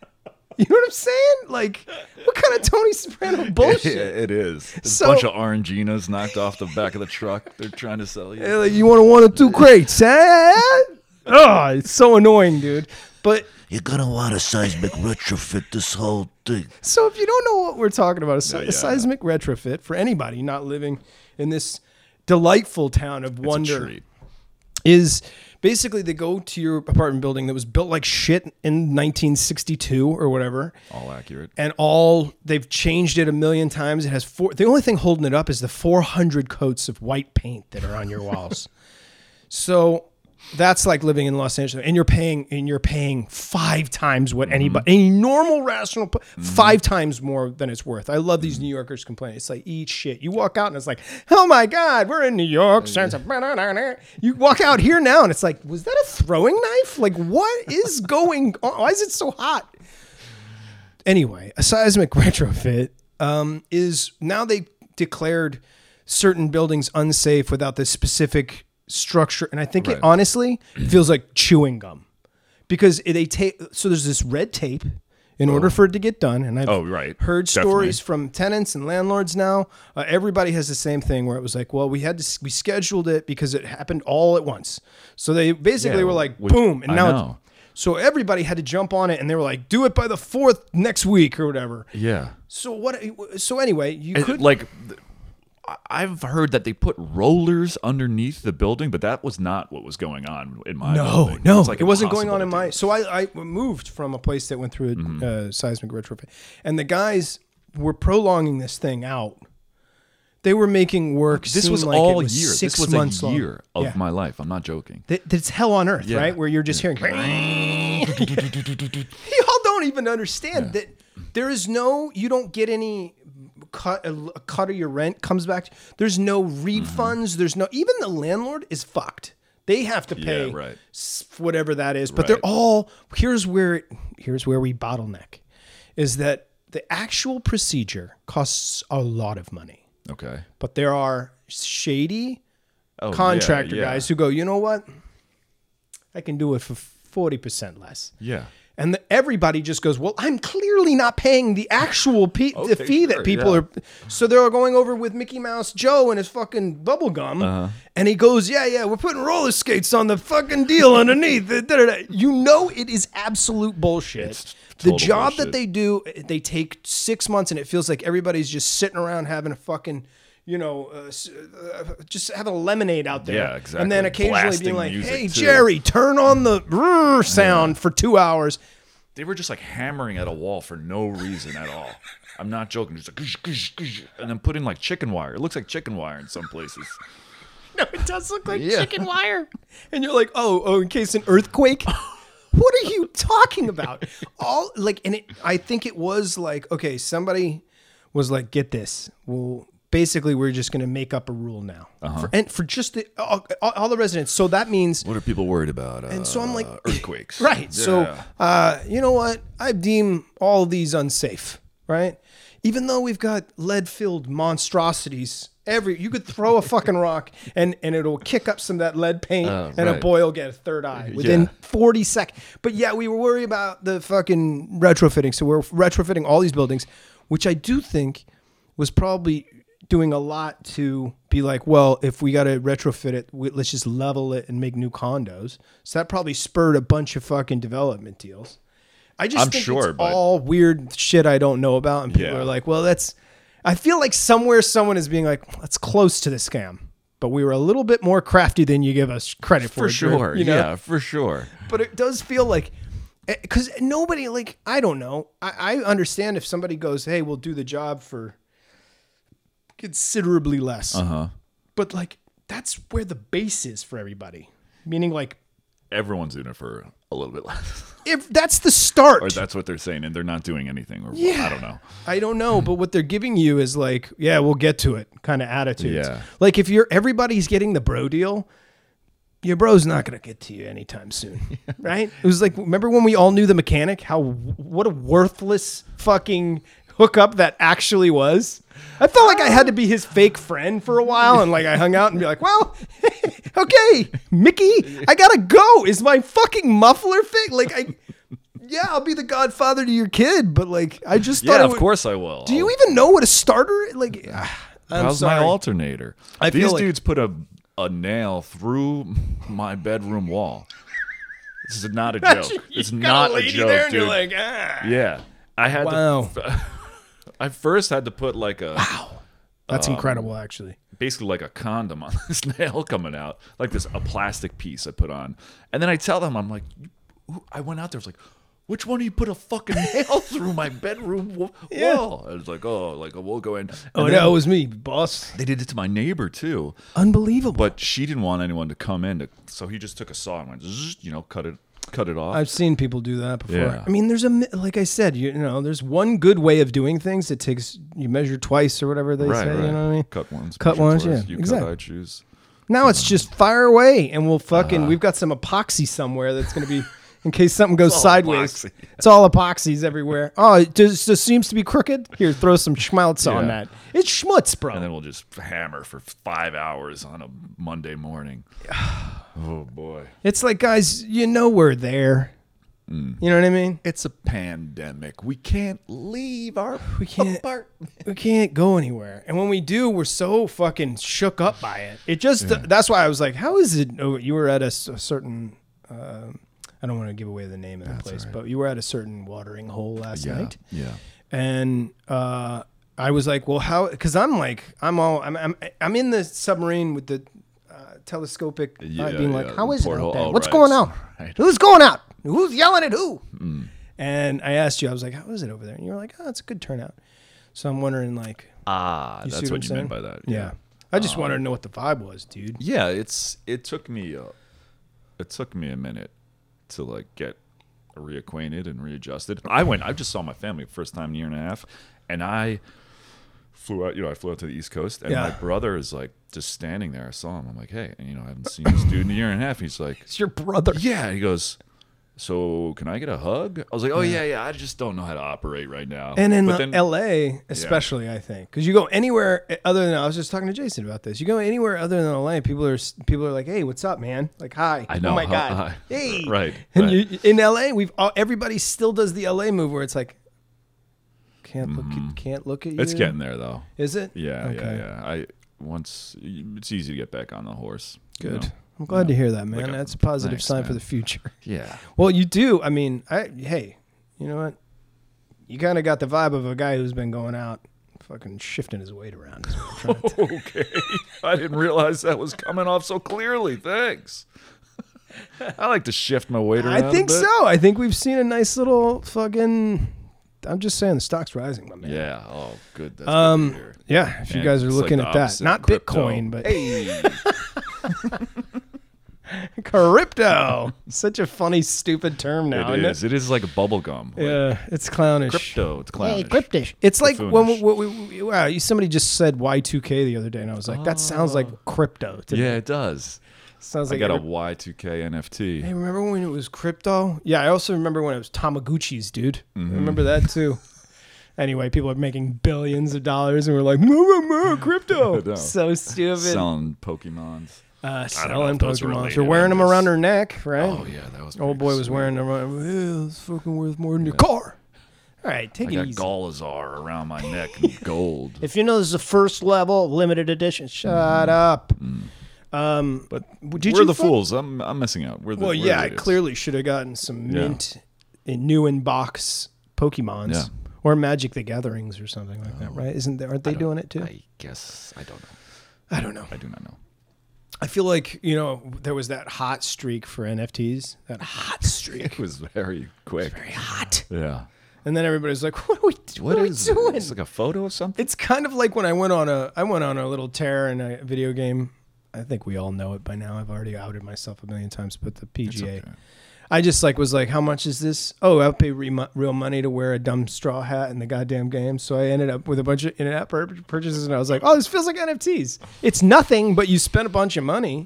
[SPEAKER 2] You know what I'm saying? Like, what kind of Tony Soprano bullshit?
[SPEAKER 1] it is. There's
[SPEAKER 2] Oh, So-
[SPEAKER 1] a bunch of oranginas knocked off the back of the truck. They're trying to sell you.
[SPEAKER 2] They're like, you want one or two crates, huh? oh, it's so annoying, dude. But
[SPEAKER 3] You're gonna want a seismic retrofit this whole thing.
[SPEAKER 2] so if you don't know what we're talking about, a, se- a
[SPEAKER 1] yeah.
[SPEAKER 2] seismic retrofit for anybody not living in this delightful town of
[SPEAKER 1] It's a
[SPEAKER 2] wonder.
[SPEAKER 1] treat.
[SPEAKER 2] is basically they go to your apartment building that was built like shit in 1962 or whatever
[SPEAKER 1] All accurate.
[SPEAKER 2] and all they've changed it a million times. It has four. The only thing holding it up is the 400 coats of white paint that are on your walls. so that's like living in Los Angeles, and you're paying and you're paying five times what anybody any normal rational p- five times more than it's worth. I love these New Yorkers complaining. It's like eat shit. You walk out and it's like, oh my god, we're in New York. Sense of banana." You walk out here now and it's like, was that a throwing knife? Like what is going on? Why is it so hot? anyway, a seismic retrofit um, is now they declared certain buildings unsafe without the specific structure, and I think it
[SPEAKER 1] Right.
[SPEAKER 2] honestly feels like chewing gum because it, they take so there's this red tape in order for it to get done, and I've
[SPEAKER 1] Oh, right.
[SPEAKER 2] heard
[SPEAKER 1] Definitely.
[SPEAKER 2] stories from tenants and landlords now. Uh, everybody has the same thing where it was like, well, we had to s- we scheduled it because it happened all at once, so they basically
[SPEAKER 1] Yeah,
[SPEAKER 2] were like,
[SPEAKER 1] which
[SPEAKER 2] boom, and
[SPEAKER 1] I
[SPEAKER 2] now. it's-
[SPEAKER 1] know.
[SPEAKER 2] so everybody had to jump on it, and they were like, "Do it by the fourth next week or whatever."
[SPEAKER 1] Yeah.
[SPEAKER 2] So what? So anyway, you
[SPEAKER 1] It-
[SPEAKER 2] could
[SPEAKER 1] like th- I- I've heard that they put rollers underneath the building, but that was not what was going on in my
[SPEAKER 2] no,
[SPEAKER 1] building.
[SPEAKER 2] no,
[SPEAKER 1] It's, like,
[SPEAKER 2] it wasn't going
[SPEAKER 1] impossible
[SPEAKER 2] on
[SPEAKER 1] to
[SPEAKER 2] in
[SPEAKER 1] do. Mm-hmm.
[SPEAKER 2] my. So I, I moved from a place that went through a uh, seismic retrofit, and the guys were prolonging this thing out. They were making work.
[SPEAKER 1] This
[SPEAKER 2] seem
[SPEAKER 1] was
[SPEAKER 2] like it
[SPEAKER 1] all
[SPEAKER 2] was
[SPEAKER 1] year.
[SPEAKER 2] Six
[SPEAKER 1] This was
[SPEAKER 2] months
[SPEAKER 1] a
[SPEAKER 2] long.
[SPEAKER 1] year of
[SPEAKER 2] Yeah.
[SPEAKER 1] my life. I'm not joking.
[SPEAKER 2] Th- That's hell on earth,
[SPEAKER 1] Yeah.
[SPEAKER 2] right? Where you're just hearing. Y'all don't even understand that there is no. You don't get any cut. A l- a cut of your rent comes back. There's no refunds. There's no. Even the landlord is fucked. They have to pay
[SPEAKER 1] right.
[SPEAKER 2] s- whatever that is. But they're
[SPEAKER 1] Right.
[SPEAKER 2] all. Here's where. it- Here's where we bottleneck, is that the actual procedure costs a lot of money
[SPEAKER 1] Okay.
[SPEAKER 2] but there are shady
[SPEAKER 1] Oh, yeah,
[SPEAKER 2] contractor
[SPEAKER 1] yeah.
[SPEAKER 2] guys who go, you know what? I can do it for forty percent less,
[SPEAKER 1] Yeah.
[SPEAKER 2] and the, everybody just goes, well, I'm clearly not paying the actual pe- the
[SPEAKER 1] Okay,
[SPEAKER 2] fee
[SPEAKER 1] sure,
[SPEAKER 2] that people
[SPEAKER 1] yeah.
[SPEAKER 2] are. So they're all going over with Mickey Mouse Joe and his fucking bubble gum,
[SPEAKER 1] Uh-huh.
[SPEAKER 2] and he goes, yeah, yeah, we're putting roller skates on the fucking deal underneath. da, da, da, da." You know, it is absolute bullshit.
[SPEAKER 1] It's
[SPEAKER 2] the
[SPEAKER 1] total
[SPEAKER 2] job that
[SPEAKER 1] bullshit.
[SPEAKER 2] they do, they take six months, and it feels like everybody's just sitting around having a fucking. You know, uh, s- uh, just having a lemonade out there,
[SPEAKER 1] Yeah,
[SPEAKER 2] And then
[SPEAKER 1] exactly.
[SPEAKER 2] occasionally
[SPEAKER 1] Blasting
[SPEAKER 2] being like,
[SPEAKER 1] music,
[SPEAKER 2] "Hey,
[SPEAKER 1] too.
[SPEAKER 2] Jerry, turn on the rrr sound for two hours."
[SPEAKER 1] They were just like hammering at a wall for no reason at all. I'm not joking. Just like, "Gush, gush, gush," and then put in like chicken wire. It looks like chicken wire in some places.
[SPEAKER 2] No, it does look like
[SPEAKER 1] Yeah.
[SPEAKER 2] chicken wire. And you're like, oh, oh, in case an earthquake. what are you talking about? All like, and it, I think it was like, okay, somebody was like, get this. Well, basically, we're just going to make up a rule now,
[SPEAKER 1] Uh-huh.
[SPEAKER 2] for, and for just the, all, all all the residents. So that means
[SPEAKER 1] What are people worried about? and
[SPEAKER 2] so I'm like-
[SPEAKER 1] earthquakes.
[SPEAKER 2] Right. So,
[SPEAKER 1] Yeah.
[SPEAKER 2] uh, you know what? I deem all these unsafe, right? Even though we've got lead-filled monstrosities, every you could throw a fucking rock and and it'll kick up some of that lead paint,
[SPEAKER 1] Uh,
[SPEAKER 2] and a
[SPEAKER 1] right.
[SPEAKER 2] boy will get a third eye within
[SPEAKER 1] Yeah.
[SPEAKER 2] 40 seconds. But yeah, we were worried about the fucking retrofitting, so we're retrofitting all these buildings, which I do think was probably doing a lot to be like, well, if we got to retrofit it, we, let's just level it and make new condos. So that probably spurred a bunch of fucking development deals. I just
[SPEAKER 1] I'm
[SPEAKER 2] think
[SPEAKER 1] sure,
[SPEAKER 2] it's
[SPEAKER 1] but-
[SPEAKER 2] all weird shit I don't know about, and people
[SPEAKER 1] Yeah.
[SPEAKER 2] are like, well, that's. I feel like somewhere someone is being like, that's close to the scam. But we were a little bit more crafty than you give us credit for.
[SPEAKER 1] for
[SPEAKER 2] Drew,"
[SPEAKER 1] sure.
[SPEAKER 2] you know?
[SPEAKER 1] Yeah, for sure.
[SPEAKER 2] but it does feel like because nobody like i don't know I, I understand if somebody goes hey we'll do the job for considerably less uh-huh but like that's where the base is for everybody meaning like
[SPEAKER 1] Everyone's doing it for a little bit less.
[SPEAKER 2] if that's the start
[SPEAKER 1] or that's what they're saying, and they're not doing anything. Or
[SPEAKER 2] Yeah.
[SPEAKER 1] I don't know.
[SPEAKER 2] I don't know, but what they're giving you is like, yeah, we'll get to it kind of attitudes.
[SPEAKER 1] Yeah.
[SPEAKER 2] Like if you're everybody's getting the bro deal, your bro's not gonna get to you anytime soon, right? It was like, remember when we all knew the mechanic? How what a worthless fucking hookup that actually was. I felt like I had to be his fake friend for a while, and like I hung out and be like, well, okay, Mickey, I gotta go. Is my fucking muffler fake? Like I. Yeah, I'll be the godfather to your kid, but like I just thought
[SPEAKER 1] Yeah,
[SPEAKER 2] it
[SPEAKER 1] of
[SPEAKER 2] would-
[SPEAKER 1] course I will.
[SPEAKER 2] do you even know what a starter is? like? ah, I'm
[SPEAKER 1] How's
[SPEAKER 2] sorry.
[SPEAKER 1] my alternator?
[SPEAKER 2] I
[SPEAKER 1] These
[SPEAKER 2] feel like-
[SPEAKER 1] dudes put a a nail through my bedroom wall. This is not a joke. It's not a joke, dude.
[SPEAKER 2] ah.
[SPEAKER 1] yeah, I had.
[SPEAKER 2] Wow.
[SPEAKER 1] To, I first had to put like a.
[SPEAKER 2] That's incredible, actually.
[SPEAKER 1] basically like a condom on this nail coming out, like this a plastic piece I put on. And then I tell them, I'm like, who- I went out there, I was like, which one of you put a fucking nail through my bedroom wa-
[SPEAKER 2] Yeah.
[SPEAKER 1] wall? I was like, oh, like we'll go in. And
[SPEAKER 2] Oh
[SPEAKER 1] then
[SPEAKER 2] no, it was me, boss.
[SPEAKER 1] They did it to my neighbor too,
[SPEAKER 2] Unbelievable.
[SPEAKER 1] but she didn't want anyone to come in. To, so he just took a saw and went, zzz, you know, cut it, cut it off.
[SPEAKER 2] I've seen people do that before.
[SPEAKER 1] Yeah.
[SPEAKER 2] I mean, there's a mi- like I said, you, know, there's one good way of doing things. It takes you measure twice or whatever they say. You know what I mean?
[SPEAKER 1] Cut ones.
[SPEAKER 2] Cut
[SPEAKER 1] measure
[SPEAKER 2] ones,
[SPEAKER 1] twice.
[SPEAKER 2] yeah,
[SPEAKER 1] You
[SPEAKER 2] exactly.
[SPEAKER 1] cut, I choose.
[SPEAKER 2] Now it's just fire away, and we'll fucking.
[SPEAKER 1] Uh-huh.
[SPEAKER 2] we've got some epoxy somewhere that's going to be, in case something goes
[SPEAKER 1] all
[SPEAKER 2] sideways.
[SPEAKER 1] epoxy.
[SPEAKER 2] It's all epoxies everywhere. Oh, it just, just seems to be crooked. Here, throw some schmaltz on
[SPEAKER 1] Yeah.
[SPEAKER 2] that. It's schmutz, bro.
[SPEAKER 1] And then we'll just hammer for five hours on a Monday morning. oh boy.
[SPEAKER 2] it's like, guys, you know we're there.
[SPEAKER 1] Mm.
[SPEAKER 2] You know what I mean?
[SPEAKER 1] It's a pandemic. We can't leave our
[SPEAKER 2] We can't-
[SPEAKER 1] apartment.
[SPEAKER 2] We can't go anywhere, and when we do, we're so fucking shook up by it. It just that's why I was like, how is it? Oh, you were at a, s- a certain. um I don't want to give away the name of the place, but you were at a certain watering hole last night.
[SPEAKER 1] Yeah.
[SPEAKER 2] and uh, I was like, "Well, how?" Because I'm like, I'm all, I'm, I'm, I'm in the submarine with the uh, telescopic, eye
[SPEAKER 1] Yeah,
[SPEAKER 2] being like,
[SPEAKER 1] yeah,
[SPEAKER 2] "How
[SPEAKER 1] the
[SPEAKER 2] is it out
[SPEAKER 1] porthole,
[SPEAKER 2] there?
[SPEAKER 1] all
[SPEAKER 2] What's
[SPEAKER 1] right,
[SPEAKER 2] going on?
[SPEAKER 1] right."
[SPEAKER 2] Who's going out? Who's yelling at who?"
[SPEAKER 1] Hmm.
[SPEAKER 2] And I asked you, I was like, "How is it over there?" And you were like, "Oh, it's a good turnout." So I'm wondering, like,
[SPEAKER 1] Ah,
[SPEAKER 2] you see
[SPEAKER 1] that's
[SPEAKER 2] what,
[SPEAKER 1] what,
[SPEAKER 2] I'm
[SPEAKER 1] you
[SPEAKER 2] saying?
[SPEAKER 1] meant by that.
[SPEAKER 2] Yeah, I
[SPEAKER 1] Uh,
[SPEAKER 2] just wanted to know what the vibe was, dude.
[SPEAKER 1] Yeah, it's it took me a, it took me a minute to like get reacquainted and readjusted. I went. I just saw my family for the first time in a year and a half, and I flew out. You know, I flew out to the East Coast, and my
[SPEAKER 2] Yeah.
[SPEAKER 1] brother is like just standing there. I saw him. I'm like, hey, and you know, I haven't seen this dude in a year and a half. He's like,
[SPEAKER 2] It's your brother.
[SPEAKER 1] yeah. He goes. So can I get a hug? I was like, oh yeah, yeah. I just don't know how to operate right now.
[SPEAKER 2] And in
[SPEAKER 1] But
[SPEAKER 2] uh,
[SPEAKER 1] then-
[SPEAKER 2] LA, especially, I think, because you go anywhere eh, other than I was just talking to Jason about this. You go anywhere other than LA, people are people are like, "Hey, what's up, man?" Like, "Hi."
[SPEAKER 1] I know,
[SPEAKER 2] Oh my
[SPEAKER 1] hi-
[SPEAKER 2] god.
[SPEAKER 1] hi.
[SPEAKER 2] Hey.
[SPEAKER 1] Right,
[SPEAKER 2] And
[SPEAKER 1] right.
[SPEAKER 2] You, in LA, we've all, everybody still does the LA move where it's like, can't look, at, can't look at you.
[SPEAKER 1] Mm-hmm. it's getting there though.
[SPEAKER 2] Is it?
[SPEAKER 1] Yeah, yeah,
[SPEAKER 2] Okay.
[SPEAKER 1] yeah. I once it's easy to get back on the horse. you
[SPEAKER 2] Good.
[SPEAKER 1] know?
[SPEAKER 2] I'm glad to hear that, man.
[SPEAKER 1] a-
[SPEAKER 2] That's a positive
[SPEAKER 1] thanks,
[SPEAKER 2] sign for
[SPEAKER 1] man.
[SPEAKER 2] the future.
[SPEAKER 1] Yeah.
[SPEAKER 2] Well, you do. I mean, I hey, you know what? You kind of got the vibe of a guy who's been going out, fucking shifting his weight around. is what I'm trying to tell
[SPEAKER 1] Okay. I didn't realize that was coming off so clearly. Thanks. I like to shift my weight around.
[SPEAKER 2] I
[SPEAKER 1] a
[SPEAKER 2] think
[SPEAKER 1] bit.
[SPEAKER 2] so. I think we've seen a nice little fucking. I'm just saying the stock's rising, my man.
[SPEAKER 1] Yeah. Oh, good. That's good
[SPEAKER 2] Um.
[SPEAKER 1] to hear.
[SPEAKER 2] Yeah. If you
[SPEAKER 1] Yeah,
[SPEAKER 2] guys are
[SPEAKER 1] it's
[SPEAKER 2] looking
[SPEAKER 1] like
[SPEAKER 2] at
[SPEAKER 1] the
[SPEAKER 2] that,
[SPEAKER 1] opposite
[SPEAKER 2] not
[SPEAKER 1] of crypto.
[SPEAKER 2] Bitcoin, but
[SPEAKER 1] Hey.
[SPEAKER 2] crypto. Such a funny, stupid term now,
[SPEAKER 1] it
[SPEAKER 2] isn't
[SPEAKER 1] is. It is like a bubble gum.
[SPEAKER 2] it? Yeah, it's clownish.
[SPEAKER 1] Crypto. It's clownish.
[SPEAKER 2] It's like when we,
[SPEAKER 1] Buffoonish.
[SPEAKER 2] we, we, wow, you- somebody just said Y2K the other day, and I was like, that sounds like crypto. To me.
[SPEAKER 1] Oh. Yeah, it does.
[SPEAKER 2] sounds
[SPEAKER 1] I
[SPEAKER 2] like
[SPEAKER 1] got a
[SPEAKER 2] every-
[SPEAKER 1] Y2K
[SPEAKER 2] Hey,
[SPEAKER 1] NFT.
[SPEAKER 2] remember when it was crypto? Yeah, I also remember when it was Tamaguchis, dude.
[SPEAKER 1] Mm-hmm.
[SPEAKER 2] I remember that too. anyway, people are making billions of dollars and we're like, moo, moo, moo,
[SPEAKER 1] I know.
[SPEAKER 2] crypto. so stupid.
[SPEAKER 1] Selling Pokemons.
[SPEAKER 2] uh,
[SPEAKER 1] know
[SPEAKER 2] selling
[SPEAKER 1] if those are
[SPEAKER 2] Pokemon.
[SPEAKER 1] related,
[SPEAKER 2] You're wearing them
[SPEAKER 1] I'm just-
[SPEAKER 2] around her neck, right?
[SPEAKER 1] Oh, yeah. That was.
[SPEAKER 2] Old
[SPEAKER 1] pretty
[SPEAKER 2] boy was
[SPEAKER 1] sweet.
[SPEAKER 2] wearing them around. Yeah, it's fucking worth more than your car. All right, take
[SPEAKER 1] I
[SPEAKER 2] it
[SPEAKER 1] got
[SPEAKER 2] easy.
[SPEAKER 1] Galazar around my neck in gold.
[SPEAKER 2] If you know this is the first level limited edition, shut up. Um,
[SPEAKER 1] Mm. But
[SPEAKER 2] did
[SPEAKER 1] we're
[SPEAKER 2] you
[SPEAKER 1] the
[SPEAKER 2] fuck-
[SPEAKER 1] fools. I'm I'm missing out. We're the
[SPEAKER 2] Well,
[SPEAKER 1] we're
[SPEAKER 2] yeah,
[SPEAKER 1] the
[SPEAKER 2] I
[SPEAKER 1] idiots.
[SPEAKER 2] clearly should have gotten some
[SPEAKER 1] Yeah.
[SPEAKER 2] mint in new in box Pokemons
[SPEAKER 1] Yeah. Oh.
[SPEAKER 2] or Magic the Gatherings or something like that, right? Isn't there? Aren't they doing it too? I,
[SPEAKER 1] I guess I don't know.
[SPEAKER 2] don't know.
[SPEAKER 1] I do not know.
[SPEAKER 2] I feel like you know there was that hot streak for NFTs, that hot streak,
[SPEAKER 1] It was very quick.
[SPEAKER 2] very hot,
[SPEAKER 1] yeah.
[SPEAKER 2] and then everybody's like, "What are we? What, are we
[SPEAKER 1] it?
[SPEAKER 2] doing?"
[SPEAKER 1] It's like a photo of something.
[SPEAKER 2] it's kind of like when I went on a I went on a little tear in a video game. I think we all know it by now. I've already outed myself a million times, but the PGA.
[SPEAKER 1] okay.
[SPEAKER 2] I just like was like, how much is this? Oh, I'll pay re- real money to wear a dumb straw hat in the goddamn game. So I ended up with a bunch of in-app pur- purchases, and I was like, oh, this feels like NFTs. It's nothing, but you spent a bunch of money.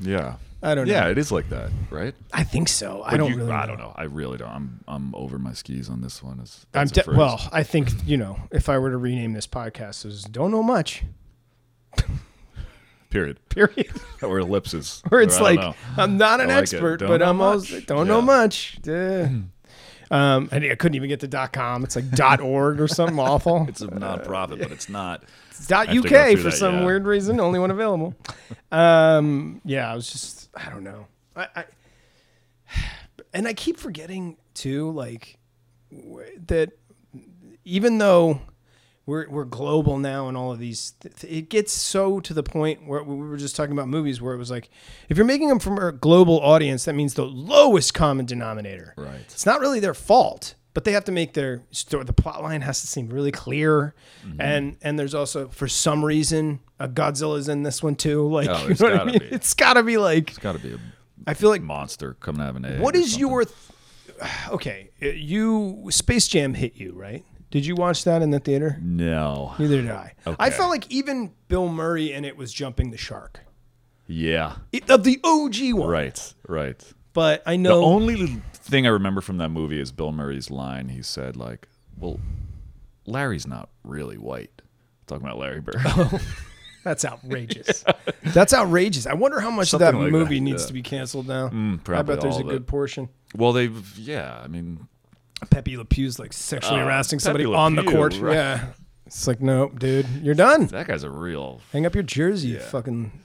[SPEAKER 1] yeah.
[SPEAKER 2] I don't know.
[SPEAKER 1] Yeah, it is like that, right?
[SPEAKER 2] I think so. I don't
[SPEAKER 1] You-
[SPEAKER 2] really.
[SPEAKER 1] I don't know. I really don't. I'm I'm over my skis on this one. It's,
[SPEAKER 2] I'm
[SPEAKER 1] that's a
[SPEAKER 2] de-
[SPEAKER 1] phrase.
[SPEAKER 2] well. I think you know. If I were to rename this podcast, is don't know much.
[SPEAKER 1] Period.
[SPEAKER 2] Period.
[SPEAKER 1] Or ellipses.
[SPEAKER 2] where it's
[SPEAKER 1] Or I don't
[SPEAKER 2] like
[SPEAKER 1] know.
[SPEAKER 2] I'm not an
[SPEAKER 1] I like it.
[SPEAKER 2] expert,
[SPEAKER 1] Don't
[SPEAKER 2] but
[SPEAKER 1] know
[SPEAKER 2] I'm also
[SPEAKER 1] much.
[SPEAKER 2] don't know
[SPEAKER 1] Yeah.
[SPEAKER 2] much. Yeah. Um, and I couldn't even get to dot .com. It's like dot .org or something awful.
[SPEAKER 1] it's a nonprofit, but it's not.
[SPEAKER 2] It's dot
[SPEAKER 1] I have to
[SPEAKER 2] .uk for
[SPEAKER 1] go through that,
[SPEAKER 2] some
[SPEAKER 1] yeah.
[SPEAKER 2] weird reason. Only one available. um, yeah, I was just I don't know. I, I and I keep forgetting too, like w- that even though we're we're global now and all of these. th- th- It gets so to the point where we were just talking about movies where it was like, if you're making them from a global audience, that means the lowest common denominator.
[SPEAKER 1] Right.
[SPEAKER 2] It's not really their fault, but they have to make their story. The plot line has to seem really clear,
[SPEAKER 1] Mm-hmm.
[SPEAKER 2] and and there's also for some reason a Godzilla's in this one too. Like
[SPEAKER 1] Oh,
[SPEAKER 2] you
[SPEAKER 1] it's
[SPEAKER 2] know what I
[SPEAKER 1] gotta
[SPEAKER 2] mean?
[SPEAKER 1] be.
[SPEAKER 2] It's gotta be like
[SPEAKER 1] It's got to be a
[SPEAKER 2] I feel like
[SPEAKER 1] monster coming out of an egg.
[SPEAKER 2] what
[SPEAKER 1] or
[SPEAKER 2] is
[SPEAKER 1] something.
[SPEAKER 2] your th- okay? uh, You Space Jam hit you right? Did you watch that in the theater?
[SPEAKER 1] No.
[SPEAKER 2] Neither did I. I
[SPEAKER 1] Okay.
[SPEAKER 2] felt like even Bill Murray in it was jumping the shark
[SPEAKER 1] Yeah.
[SPEAKER 2] It- of the OG one.
[SPEAKER 1] Right. Right.
[SPEAKER 2] But I
[SPEAKER 1] The
[SPEAKER 2] know
[SPEAKER 1] only l- thing I remember from that movie is Bill Murray's line. He said, like, well, Larry's not really white. Talking about Larry Bird.
[SPEAKER 2] that's outrageous. That's outrageous. I wonder how much of that
[SPEAKER 1] Something like
[SPEAKER 2] movie
[SPEAKER 1] that,
[SPEAKER 2] needs
[SPEAKER 1] yeah. Mm,
[SPEAKER 2] to be canceled now. I
[SPEAKER 1] probably
[SPEAKER 2] bet there's
[SPEAKER 1] all
[SPEAKER 2] a
[SPEAKER 1] of
[SPEAKER 2] good
[SPEAKER 1] it.
[SPEAKER 2] portion.
[SPEAKER 1] well, they've, yeah, I mean,
[SPEAKER 2] Pepe Le Pew's like sexually
[SPEAKER 1] Uh,
[SPEAKER 2] harassing
[SPEAKER 1] Pepe
[SPEAKER 2] somebody
[SPEAKER 1] Le
[SPEAKER 2] on the
[SPEAKER 1] Pew,
[SPEAKER 2] court.
[SPEAKER 1] right.
[SPEAKER 2] Yeah. It's like, nope, dude, you're done.
[SPEAKER 1] that guy's a real.
[SPEAKER 2] Hang up your jersey, you
[SPEAKER 1] Yeah.
[SPEAKER 2] fucking.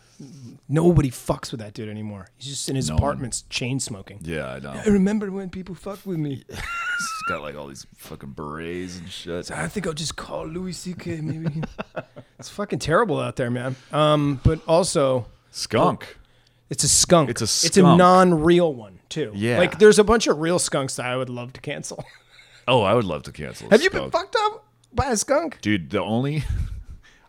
[SPEAKER 2] Nobody fucks with that dude anymore. He's just in his
[SPEAKER 1] No.
[SPEAKER 2] apartments, chain smoking.
[SPEAKER 1] Yeah, I know.
[SPEAKER 2] I remember when people fucked with me.
[SPEAKER 1] He's got like all these fucking berets and shit.
[SPEAKER 2] I think I'll just call Louis C.K. Maybe it's fucking terrible out there, man. Um, but also
[SPEAKER 1] Skunk.
[SPEAKER 2] it's a skunk.
[SPEAKER 1] It's a
[SPEAKER 2] It's a
[SPEAKER 1] skunk.
[SPEAKER 2] non-real one too.
[SPEAKER 1] Yeah.
[SPEAKER 2] Like there's a bunch of real skunks that I would love to cancel.
[SPEAKER 1] Oh, I would love to cancel.
[SPEAKER 2] Have you been
[SPEAKER 1] Skunk.
[SPEAKER 2] fucked up by a skunk?
[SPEAKER 1] dude? The only.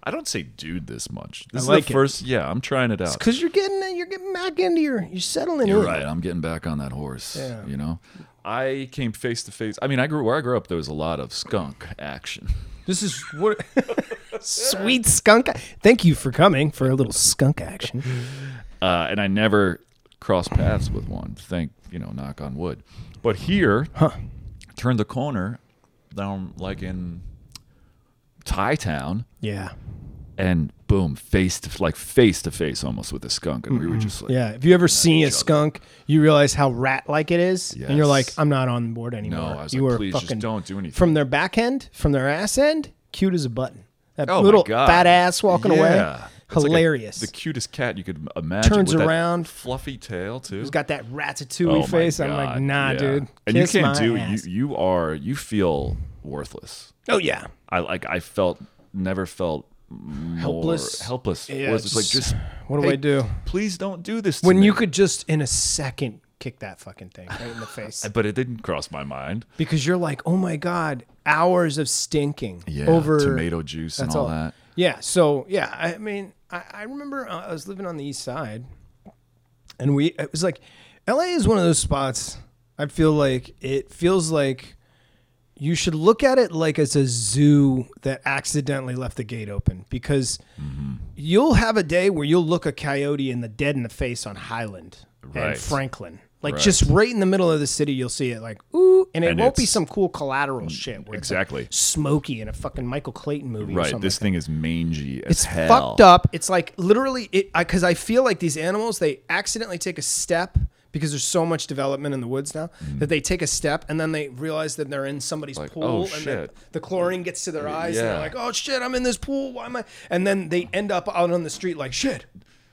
[SPEAKER 1] I don't say dude this much. This is
[SPEAKER 2] like it.
[SPEAKER 1] the first. Yeah, I'm trying it out.
[SPEAKER 2] Because you're getting you're getting back into your you're settling
[SPEAKER 1] You're
[SPEAKER 2] in.
[SPEAKER 1] right. I'm getting back on that horse.
[SPEAKER 2] Yeah.
[SPEAKER 1] You know, I came face to face. I mean, I grew where I grew up. There was a lot of skunk action.
[SPEAKER 2] This is what sweet skunk. Thank you for coming for a little skunk action.
[SPEAKER 1] uh, and I never crossed paths with one. Thank you know, knock on wood. But here, turned the corner down like in Thai Town,
[SPEAKER 2] Yeah.
[SPEAKER 1] and boom, face to like face to face almost with a skunk, and we were just like,
[SPEAKER 2] Yeah, if you ever see a skunk, you realize how rat-like it is, and you're like,
[SPEAKER 1] Yes.
[SPEAKER 2] "I'm not on board anymore."
[SPEAKER 1] I was
[SPEAKER 2] you
[SPEAKER 1] like,
[SPEAKER 2] were
[SPEAKER 1] "Please just don't do anything."
[SPEAKER 2] From their back end, from their ass end, cute as a button. That
[SPEAKER 1] Oh my
[SPEAKER 2] little
[SPEAKER 1] God.
[SPEAKER 2] fat ass walking away,
[SPEAKER 1] Yeah. It's like a-
[SPEAKER 2] hilarious.
[SPEAKER 1] the cutest cat you could imagine.
[SPEAKER 2] Turns
[SPEAKER 1] with that
[SPEAKER 2] around.
[SPEAKER 1] fluffy tail too. Oh
[SPEAKER 2] He's got that ratatouille
[SPEAKER 1] my
[SPEAKER 2] face. I'm like,
[SPEAKER 1] God,
[SPEAKER 2] "Nah,
[SPEAKER 1] yeah.
[SPEAKER 2] dude."
[SPEAKER 1] And you
[SPEAKER 2] Kiss
[SPEAKER 1] can't
[SPEAKER 2] my
[SPEAKER 1] do.
[SPEAKER 2] ass.
[SPEAKER 1] You you are you feel worthless.
[SPEAKER 2] oh yeah,
[SPEAKER 1] I like I felt never felt more
[SPEAKER 2] Helpless?
[SPEAKER 1] Helpless.
[SPEAKER 2] Yeah,
[SPEAKER 1] was just like
[SPEAKER 2] just-
[SPEAKER 1] just
[SPEAKER 2] what do I do?
[SPEAKER 1] Please don't do this. To
[SPEAKER 2] when
[SPEAKER 1] me.
[SPEAKER 2] you could just in a second kick that fucking thing right in the face
[SPEAKER 1] but it didn't cross my mind.
[SPEAKER 2] because you're like, "Oh my god." Hours of stinking
[SPEAKER 1] Yeah,
[SPEAKER 2] over
[SPEAKER 1] tomato juice and
[SPEAKER 2] That's
[SPEAKER 1] all, that.
[SPEAKER 2] Yeah. So yeah, I mean, I, I remember uh, I was living on the east side, and we it was like, L.A. is one of those spots. I feel like it feels like you should look at it like it's a zoo that accidentally left the gate open because
[SPEAKER 1] Mm-hmm.
[SPEAKER 2] you'll have a day where you'll look a coyote in the dead in the face on Highland and
[SPEAKER 1] Right.
[SPEAKER 2] Franklin. Like
[SPEAKER 1] Right.
[SPEAKER 2] just right in the middle of the city, you'll see it like ooh, and it
[SPEAKER 1] And
[SPEAKER 2] won't be
[SPEAKER 1] it's- Mm,
[SPEAKER 2] some cool collateral shit. Where it's like
[SPEAKER 1] Exactly.
[SPEAKER 2] Smokey in a fucking Michael Clayton movie. Or
[SPEAKER 1] Right.
[SPEAKER 2] something
[SPEAKER 1] This
[SPEAKER 2] like
[SPEAKER 1] thing is mangy as
[SPEAKER 2] it's
[SPEAKER 1] hell.
[SPEAKER 2] fucked up. It's like literally it because I, feel like these animals they accidentally take a step because there's so much development in the woods now
[SPEAKER 1] Mm.
[SPEAKER 2] that they take a step and then they realize that they're in somebody's pool
[SPEAKER 1] oh,
[SPEAKER 2] and then
[SPEAKER 1] shit.
[SPEAKER 2] the chlorine gets to their eyes and they're
[SPEAKER 1] yeah.
[SPEAKER 2] like oh shit I'm in this pool why am I and then they end up out on the street like shit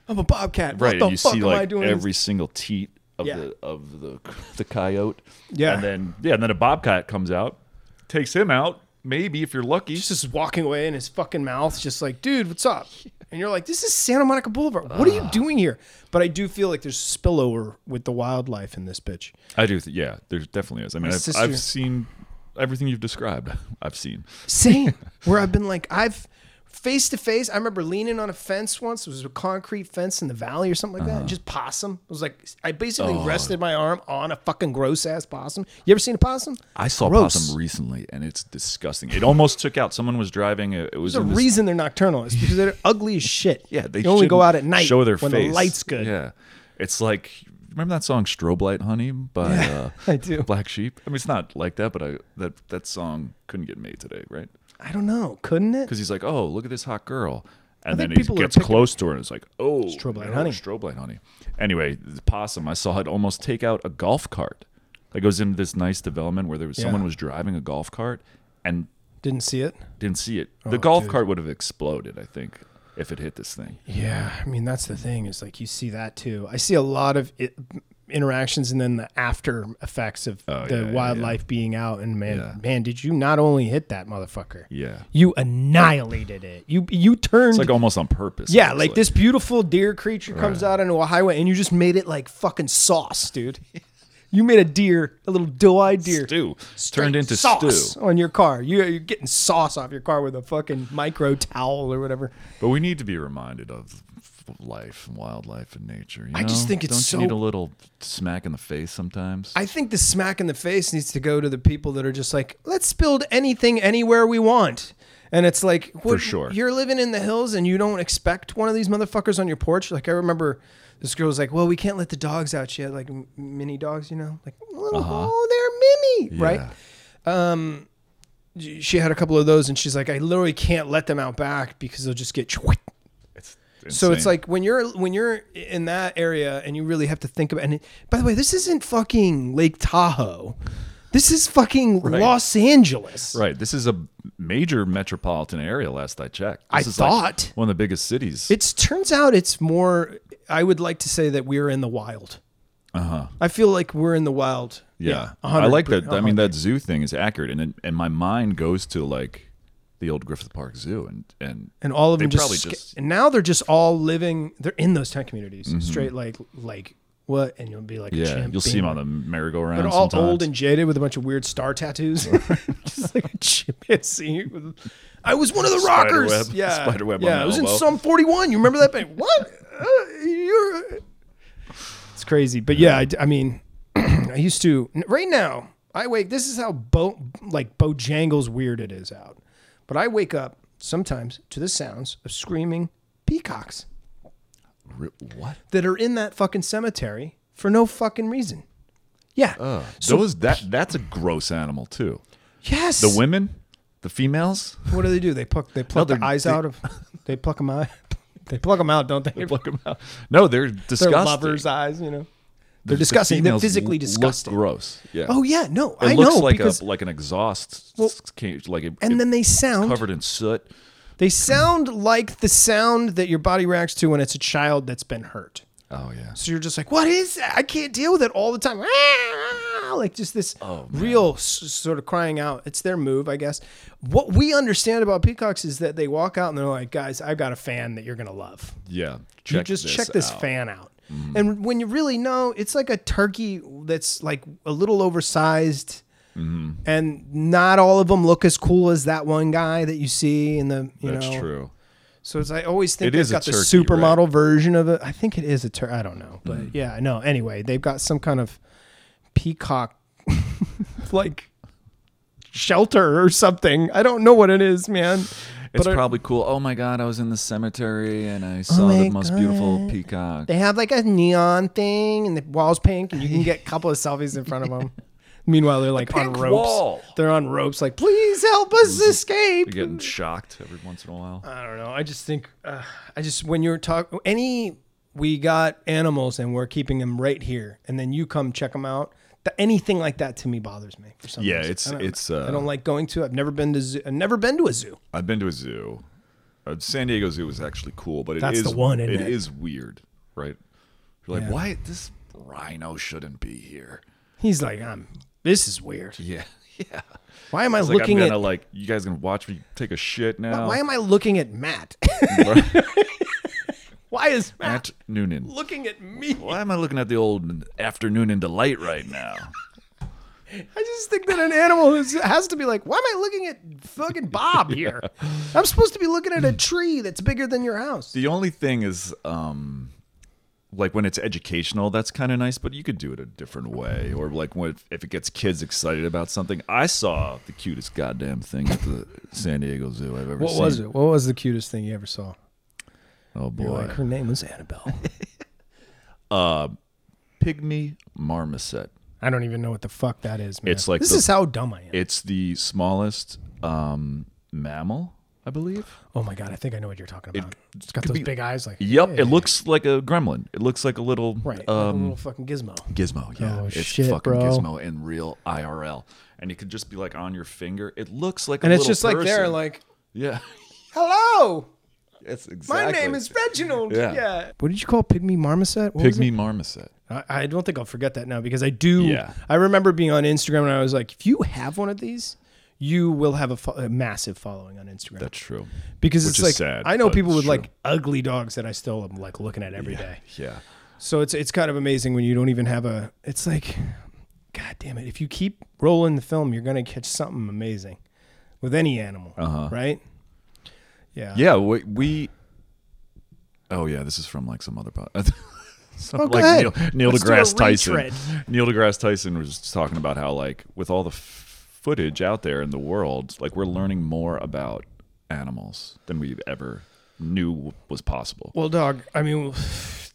[SPEAKER 2] I'm a bobcat
[SPEAKER 1] Right.
[SPEAKER 2] what the
[SPEAKER 1] you
[SPEAKER 2] fuck
[SPEAKER 1] see
[SPEAKER 2] am I
[SPEAKER 1] like
[SPEAKER 2] doing in this
[SPEAKER 1] every single teat of
[SPEAKER 2] Yeah.
[SPEAKER 1] the of the the coyote.
[SPEAKER 2] Yeah.
[SPEAKER 1] And then yeah, and then a bobcat comes out, takes him out. Maybe if you're lucky.
[SPEAKER 2] He's just walking away and his fucking mouth's just like, dude, what's up? And you're like, this is Santa Monica Boulevard. What are you doing here? But I do feel like there's spillover with the wildlife in this bitch.
[SPEAKER 1] I do. Th- yeah. There definitely is. I mean, I've,
[SPEAKER 2] sister-
[SPEAKER 1] I've seen everything you've described. I've seen.
[SPEAKER 2] Same. Where I've been like, I've face to face. I remember leaning on a fence once. It was a concrete fence in the valley or something like
[SPEAKER 1] Uh-huh.
[SPEAKER 2] that. And just possum. It was like, I basically
[SPEAKER 1] Oh.
[SPEAKER 2] rested my arm on a fucking gross ass possum. You ever seen a possum?
[SPEAKER 1] I saw
[SPEAKER 2] Gross.
[SPEAKER 1] possum recently, and it's disgusting. It almost took out. Someone was driving. It, it was
[SPEAKER 2] There's
[SPEAKER 1] in
[SPEAKER 2] a
[SPEAKER 1] this-
[SPEAKER 2] reason they're nocturnal. It's because they're ugly as shit.
[SPEAKER 1] Yeah, they
[SPEAKER 2] You only go
[SPEAKER 1] shouldn't
[SPEAKER 2] out at night
[SPEAKER 1] Show their
[SPEAKER 2] when
[SPEAKER 1] face.
[SPEAKER 2] the light's good.
[SPEAKER 1] Yeah, it's like remember that song "Strobe Light Honey" by uh,
[SPEAKER 2] I do.
[SPEAKER 1] Black Sheep. I mean, it's not like that, but I that that song couldn't get made today, right?
[SPEAKER 2] I don't know. Couldn't it?
[SPEAKER 1] Because he's like, "Oh, look at this hot girl," and
[SPEAKER 2] think
[SPEAKER 1] then he
[SPEAKER 2] people are
[SPEAKER 1] gets
[SPEAKER 2] picking-
[SPEAKER 1] close to her and it's like, "Oh,
[SPEAKER 2] Strobe light
[SPEAKER 1] no,
[SPEAKER 2] honey."
[SPEAKER 1] strobe light honey." Anyway, the possum. I saw it almost take out a golf cart. That goes into this nice development where there was someone was driving a golf cart and
[SPEAKER 2] Didn't see it.
[SPEAKER 1] didn't see it.
[SPEAKER 2] Oh,
[SPEAKER 1] The golf cart would have exploded, I think, if it hit this thing.
[SPEAKER 2] Yeah, I mean that's the thing is like you see that too. I see a lot of it, interactions and then the after effects of
[SPEAKER 1] Oh,
[SPEAKER 2] the
[SPEAKER 1] yeah, yeah,
[SPEAKER 2] wildlife being out. And man,
[SPEAKER 1] Yeah.
[SPEAKER 2] man, did you not only hit that motherfucker,
[SPEAKER 1] Yeah.
[SPEAKER 2] you annihilated it. You you turned
[SPEAKER 1] It's like almost on purpose.
[SPEAKER 2] yeah,
[SPEAKER 1] it
[SPEAKER 2] like
[SPEAKER 1] looks
[SPEAKER 2] this beautiful deer creature comes out onto a highway, and you just made it like fucking sauce, dude. you made a deer, a little doe-eyed deer,
[SPEAKER 1] stew
[SPEAKER 2] straight
[SPEAKER 1] turned into
[SPEAKER 2] sauce
[SPEAKER 1] stew.
[SPEAKER 2] on your car. You, you're getting sauce off your car with a fucking micro towel or whatever.
[SPEAKER 1] But we need to be reminded of life, and wildlife, and nature. you
[SPEAKER 2] I just
[SPEAKER 1] know?
[SPEAKER 2] think it's
[SPEAKER 1] Don't
[SPEAKER 2] so-
[SPEAKER 1] You need a little smack in the face sometimes.
[SPEAKER 2] I think the smack in the face needs to go to the people that are just like, let's build anything anywhere we want. And it's like, what,
[SPEAKER 1] sure.
[SPEAKER 2] you're living in the hills and you don't expect one of these motherfuckers on your porch. Like I remember, this girl was like, well, we can't let the dogs out yet, like m- mini dogs, you know, like little, oh, they're mini, right? She had a couple of those, and she's like, I literally can't let them out back because they'll just get
[SPEAKER 1] It's
[SPEAKER 2] So it's
[SPEAKER 1] insane.
[SPEAKER 2] like when you're when you're in that area and you really have to think about. And it- by the way, this isn't fucking Lake Tahoe. This is fucking Los Angeles.
[SPEAKER 1] right. This is a major metropolitan area. Last I checked,
[SPEAKER 2] I
[SPEAKER 1] this is like
[SPEAKER 2] thought.
[SPEAKER 1] one of the biggest cities.
[SPEAKER 2] It turns out it's more. I would like to say that we're in the wild. Uh huh. I feel like we're in the wild.
[SPEAKER 1] Uh-huh. yeah,
[SPEAKER 2] a
[SPEAKER 1] I
[SPEAKER 2] hundred
[SPEAKER 1] like
[SPEAKER 2] per- uh-huh.
[SPEAKER 1] that. I mean, that zoo thing is accurate, and and my mind goes to like the old Griffith Park Zoo, and and
[SPEAKER 2] and all of
[SPEAKER 1] They
[SPEAKER 2] them just,
[SPEAKER 1] probably
[SPEAKER 2] sca-
[SPEAKER 1] just- Mm-hmm.
[SPEAKER 2] and now they're just all living they're in those tent communities straight like like what and you'll be like a
[SPEAKER 1] yeah,
[SPEAKER 2] chimp
[SPEAKER 1] you'll see
[SPEAKER 2] being
[SPEAKER 1] them on
[SPEAKER 2] like-
[SPEAKER 1] the merry-go-round.
[SPEAKER 2] they're all
[SPEAKER 1] sometimes.
[SPEAKER 2] old and jaded with a bunch of weird star tattoos just like a chimpanzee with, I was one of the
[SPEAKER 1] Spider
[SPEAKER 2] rockers
[SPEAKER 1] web-
[SPEAKER 2] yeah
[SPEAKER 1] spider web on
[SPEAKER 2] yeah
[SPEAKER 1] my
[SPEAKER 2] I was in
[SPEAKER 1] elbow.
[SPEAKER 2] Psalm 41 you remember that band what uh, you're it's crazy but yeah I, d- I mean I used to right now I wake this is how bo like Bojangles weird it is out but I wake up sometimes to the sounds of screaming peacocks
[SPEAKER 1] Re- what?
[SPEAKER 2] that are in that fucking cemetery for no fucking reason. Yeah. so
[SPEAKER 1] Those that that's a gross animal too.
[SPEAKER 2] yes.
[SPEAKER 1] Ah, The women, the females,
[SPEAKER 2] what do they do? They pluck they pluck their
[SPEAKER 1] they're-
[SPEAKER 2] eyes
[SPEAKER 1] they-
[SPEAKER 2] out of. They pluck them out. They pluck them out, don't they?
[SPEAKER 1] pluck 'em out. No, they're
[SPEAKER 2] Their
[SPEAKER 1] disgusting.
[SPEAKER 2] lovers' eyes, you know. They're disgusting. They're
[SPEAKER 1] females
[SPEAKER 2] physically
[SPEAKER 1] look
[SPEAKER 2] disgusting.
[SPEAKER 1] gross. Yeah.
[SPEAKER 2] Oh yeah, no,
[SPEAKER 1] It
[SPEAKER 2] I
[SPEAKER 1] looks
[SPEAKER 2] know
[SPEAKER 1] like
[SPEAKER 2] because
[SPEAKER 1] a like an exhaust s- cage, like it,
[SPEAKER 2] and
[SPEAKER 1] it-
[SPEAKER 2] then they sound
[SPEAKER 1] covered in soot.
[SPEAKER 2] they sound like the sound that your body reacts to when it's a child that's been hurt.
[SPEAKER 1] Oh yeah.
[SPEAKER 2] So you're just like, what is that? I can't deal with it all the time. Like just this
[SPEAKER 1] Oh,
[SPEAKER 2] real s- sort of crying out. It's their move, I guess. What we understand about peacocks is that they walk out and they're like, guys, I've got a fan that you're gonna love.
[SPEAKER 1] Yeah.
[SPEAKER 2] you just check this
[SPEAKER 1] out. Mm-hmm.
[SPEAKER 2] fan out. And when you really know, it's like a turkey that's like a little oversized.
[SPEAKER 1] Mm-hmm.
[SPEAKER 2] And not all of them look as cool as that one guy that you see in the you
[SPEAKER 1] That's
[SPEAKER 2] know
[SPEAKER 1] true.
[SPEAKER 2] so it's I always think
[SPEAKER 1] It
[SPEAKER 2] they've
[SPEAKER 1] is a
[SPEAKER 2] got the
[SPEAKER 1] turkey, Mm-hmm.
[SPEAKER 2] supermodel version of it. I think it is a turkey. I don't know, but yeah, no. Anyway, they've got some kind of peacock like shelter or something. I don't know what it is, man.
[SPEAKER 1] It's
[SPEAKER 2] I- Oh
[SPEAKER 1] probably cool. Oh my god, I was in the cemetery and I saw
[SPEAKER 2] my
[SPEAKER 1] the most beautiful
[SPEAKER 2] God.
[SPEAKER 1] peacock.
[SPEAKER 2] They have like a neon thing, and the wall's pink, and you can get a couple of selfies in front of them. Meanwhile, they're like on
[SPEAKER 1] pink
[SPEAKER 2] ropes.
[SPEAKER 1] wall.
[SPEAKER 2] They're on ropes, like please help us escape.
[SPEAKER 1] You're getting shocked every once in a while.
[SPEAKER 2] I don't know. I just think, uh, I just when you're talking any, we got animals and we're keeping them right here, and then you come check them out. Th- anything like that to me bothers me for some
[SPEAKER 1] Yeah,
[SPEAKER 2] reason.
[SPEAKER 1] it's-
[SPEAKER 2] I don't-
[SPEAKER 1] it's, uh,
[SPEAKER 2] I don't like going to. I've never been to. Zoo, I've never been to a zoo.
[SPEAKER 1] I've been to a zoo. Uh, San Diego Zoo is actually cool, but it
[SPEAKER 2] That's
[SPEAKER 1] is-
[SPEAKER 2] the one, isn't it?
[SPEAKER 1] is weird, right? You're like,
[SPEAKER 2] Yeah.
[SPEAKER 1] why this rhino shouldn't be here?
[SPEAKER 2] He's like, I'm. This is weird.
[SPEAKER 1] Yeah, yeah.
[SPEAKER 2] Why am I
[SPEAKER 1] Like
[SPEAKER 2] looking
[SPEAKER 1] I'm gonna
[SPEAKER 2] at?
[SPEAKER 1] like you guys gonna watch me take a shit now?
[SPEAKER 2] Why am I looking at Matt? why is Matt
[SPEAKER 1] Matt Noonan?
[SPEAKER 2] looking at me?
[SPEAKER 1] Why am I looking at the old afternoon into light right now?
[SPEAKER 2] I just think that an animal is, has to be like, why am I looking at fucking Bob here? I'm supposed to be looking at a tree that's bigger than your house.
[SPEAKER 1] The only thing is, um, like when it's educational, that's kind of nice, but you could do it a different way. Or like when if it gets kids excited about something. I saw the cutest goddamn thing at the San Diego Zoo I've ever
[SPEAKER 2] What
[SPEAKER 1] seen.
[SPEAKER 2] was it? What was the cutest thing you ever saw?
[SPEAKER 1] Oh
[SPEAKER 2] You're
[SPEAKER 1] boy,
[SPEAKER 2] like, her name was Annabelle.
[SPEAKER 1] pygmy marmoset.
[SPEAKER 2] I don't even know what the fuck that is, man.
[SPEAKER 1] It's like
[SPEAKER 2] this
[SPEAKER 1] the-
[SPEAKER 2] is how dumb I am.
[SPEAKER 1] It's the smallest um, mammal, I believe.
[SPEAKER 2] oh my god, I think I know what you're talking about. It, has got
[SPEAKER 1] could
[SPEAKER 2] those
[SPEAKER 1] be-
[SPEAKER 2] big eyes, like
[SPEAKER 1] Yep,
[SPEAKER 2] yeah,
[SPEAKER 1] it looks like a gremlin. It looks like a little
[SPEAKER 2] right, like a
[SPEAKER 1] um,
[SPEAKER 2] little fucking gizmo.
[SPEAKER 1] gizmo. Yeah,
[SPEAKER 2] Oh,
[SPEAKER 1] it's
[SPEAKER 2] shit,
[SPEAKER 1] fucking
[SPEAKER 2] bro.
[SPEAKER 1] gizmo in real IRL, and it could just be like on your finger. It looks like
[SPEAKER 2] And
[SPEAKER 1] a
[SPEAKER 2] it's
[SPEAKER 1] little
[SPEAKER 2] just like there,
[SPEAKER 1] person.
[SPEAKER 2] like,
[SPEAKER 1] yeah,
[SPEAKER 2] hello,
[SPEAKER 1] it's exactly.
[SPEAKER 2] my name is Reginald. Yeah.
[SPEAKER 1] Yeah.
[SPEAKER 2] What did you call pygmy marmoset? What was it?
[SPEAKER 1] pygmy marmoset.
[SPEAKER 2] I, I don't think I'll forget that now because I do.
[SPEAKER 1] Yeah.
[SPEAKER 2] I remember being on Instagram and I was like, if you have one of these, you will have a, fo- a massive following on Instagram.
[SPEAKER 1] That's true.
[SPEAKER 2] because
[SPEAKER 1] which
[SPEAKER 2] it's
[SPEAKER 1] is
[SPEAKER 2] like
[SPEAKER 1] sad,
[SPEAKER 2] I know
[SPEAKER 1] but
[SPEAKER 2] people
[SPEAKER 1] it's
[SPEAKER 2] with
[SPEAKER 1] true.
[SPEAKER 2] like ugly dogs that I still am like looking at every day.
[SPEAKER 1] Yeah.
[SPEAKER 2] So it's it's kind of amazing when you don't even have a. It's like, god damn it! If you keep rolling the film, you're gonna catch something amazing with any animal,
[SPEAKER 1] Uh-huh.
[SPEAKER 2] right? Yeah.
[SPEAKER 1] Yeah. We, we. Oh yeah, this is from like some other pod. some,
[SPEAKER 2] Oh, go
[SPEAKER 1] like
[SPEAKER 2] ahead.
[SPEAKER 1] Neil, Neil
[SPEAKER 2] Let's do a
[SPEAKER 1] deGrasse Tyson.
[SPEAKER 2] retread.
[SPEAKER 1] Neil deGrasse Tyson was talking about how like with all the f- footage out there in the world, like we're learning more about animals than we ever knew was possible.
[SPEAKER 2] Well, dog. I mean,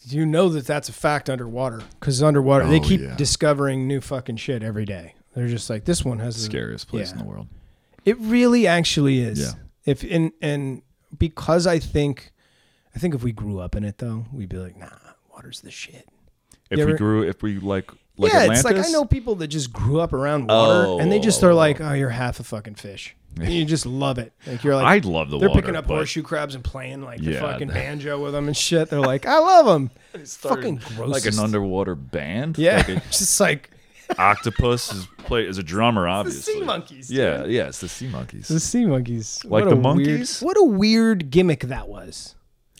[SPEAKER 2] you know that that's a fact underwater because underwater they
[SPEAKER 1] Oh,
[SPEAKER 2] keep
[SPEAKER 1] yeah.
[SPEAKER 2] discovering new fucking shit every day. They're just like this one has the
[SPEAKER 1] Scariest place in
[SPEAKER 2] yeah.
[SPEAKER 1] the world.
[SPEAKER 2] It really actually is.
[SPEAKER 1] Yeah.
[SPEAKER 2] If and and because I think, I think if we grew up in it though, we'd be like, nah, water's the shit.
[SPEAKER 1] If
[SPEAKER 2] You
[SPEAKER 1] we
[SPEAKER 2] ever-
[SPEAKER 1] grew, if we like, like
[SPEAKER 2] yeah,
[SPEAKER 1] Atlantis,
[SPEAKER 2] it's like I know people that just grew up around water
[SPEAKER 1] Oh,
[SPEAKER 2] and they just
[SPEAKER 1] oh,
[SPEAKER 2] are
[SPEAKER 1] oh,
[SPEAKER 2] like, oh, you're half a fucking fish. And you just love it. Like you're like,
[SPEAKER 1] I'd love the
[SPEAKER 2] they're
[SPEAKER 1] water.
[SPEAKER 2] picking up
[SPEAKER 1] but
[SPEAKER 2] horseshoe crabs and playing like the
[SPEAKER 1] Yeah.
[SPEAKER 2] fucking banjo with them and shit. They're like, I love them. It's fucking gross.
[SPEAKER 1] Like an underwater band.
[SPEAKER 2] yeah,
[SPEAKER 1] Like a
[SPEAKER 2] it's just like
[SPEAKER 1] octopus is play is a drummer, obviously.
[SPEAKER 2] sea monkeys,
[SPEAKER 1] Yeah, yeah, it's the sea monkeys.
[SPEAKER 2] the sea monkeys.
[SPEAKER 1] Like
[SPEAKER 2] What
[SPEAKER 1] the
[SPEAKER 2] a weird-
[SPEAKER 1] monkeys?
[SPEAKER 2] what a weird gimmick that was.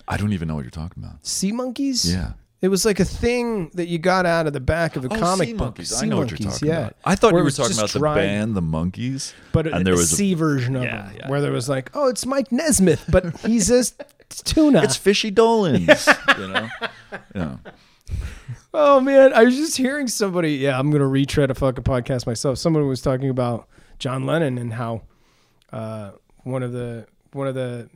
[SPEAKER 1] I don't even know what you're talking about.
[SPEAKER 2] Sea monkeys.
[SPEAKER 1] Yeah. Oh,
[SPEAKER 2] It was like a thing that you got out of the back of a comic book. Sea
[SPEAKER 1] I know what
[SPEAKER 2] monkeys,
[SPEAKER 1] you're talking
[SPEAKER 2] yeah.
[SPEAKER 1] about. I thought
[SPEAKER 2] Where it
[SPEAKER 1] you were
[SPEAKER 2] was
[SPEAKER 1] talking
[SPEAKER 2] just
[SPEAKER 1] about the
[SPEAKER 2] dried-
[SPEAKER 1] band, the monkeys,
[SPEAKER 2] but
[SPEAKER 1] and there was
[SPEAKER 2] a sea version of
[SPEAKER 1] Yeah,
[SPEAKER 2] him
[SPEAKER 1] yeah,
[SPEAKER 2] where there was like, oh, it's Mike Nesmith, but he's a tuna.
[SPEAKER 1] it's Fishy Dolans. you know, yeah.
[SPEAKER 2] oh man, I was just hearing somebody. Yeah, I'm gonna retread a fucking podcast myself. Someone was talking about John Lennon and how uh, one of the one of the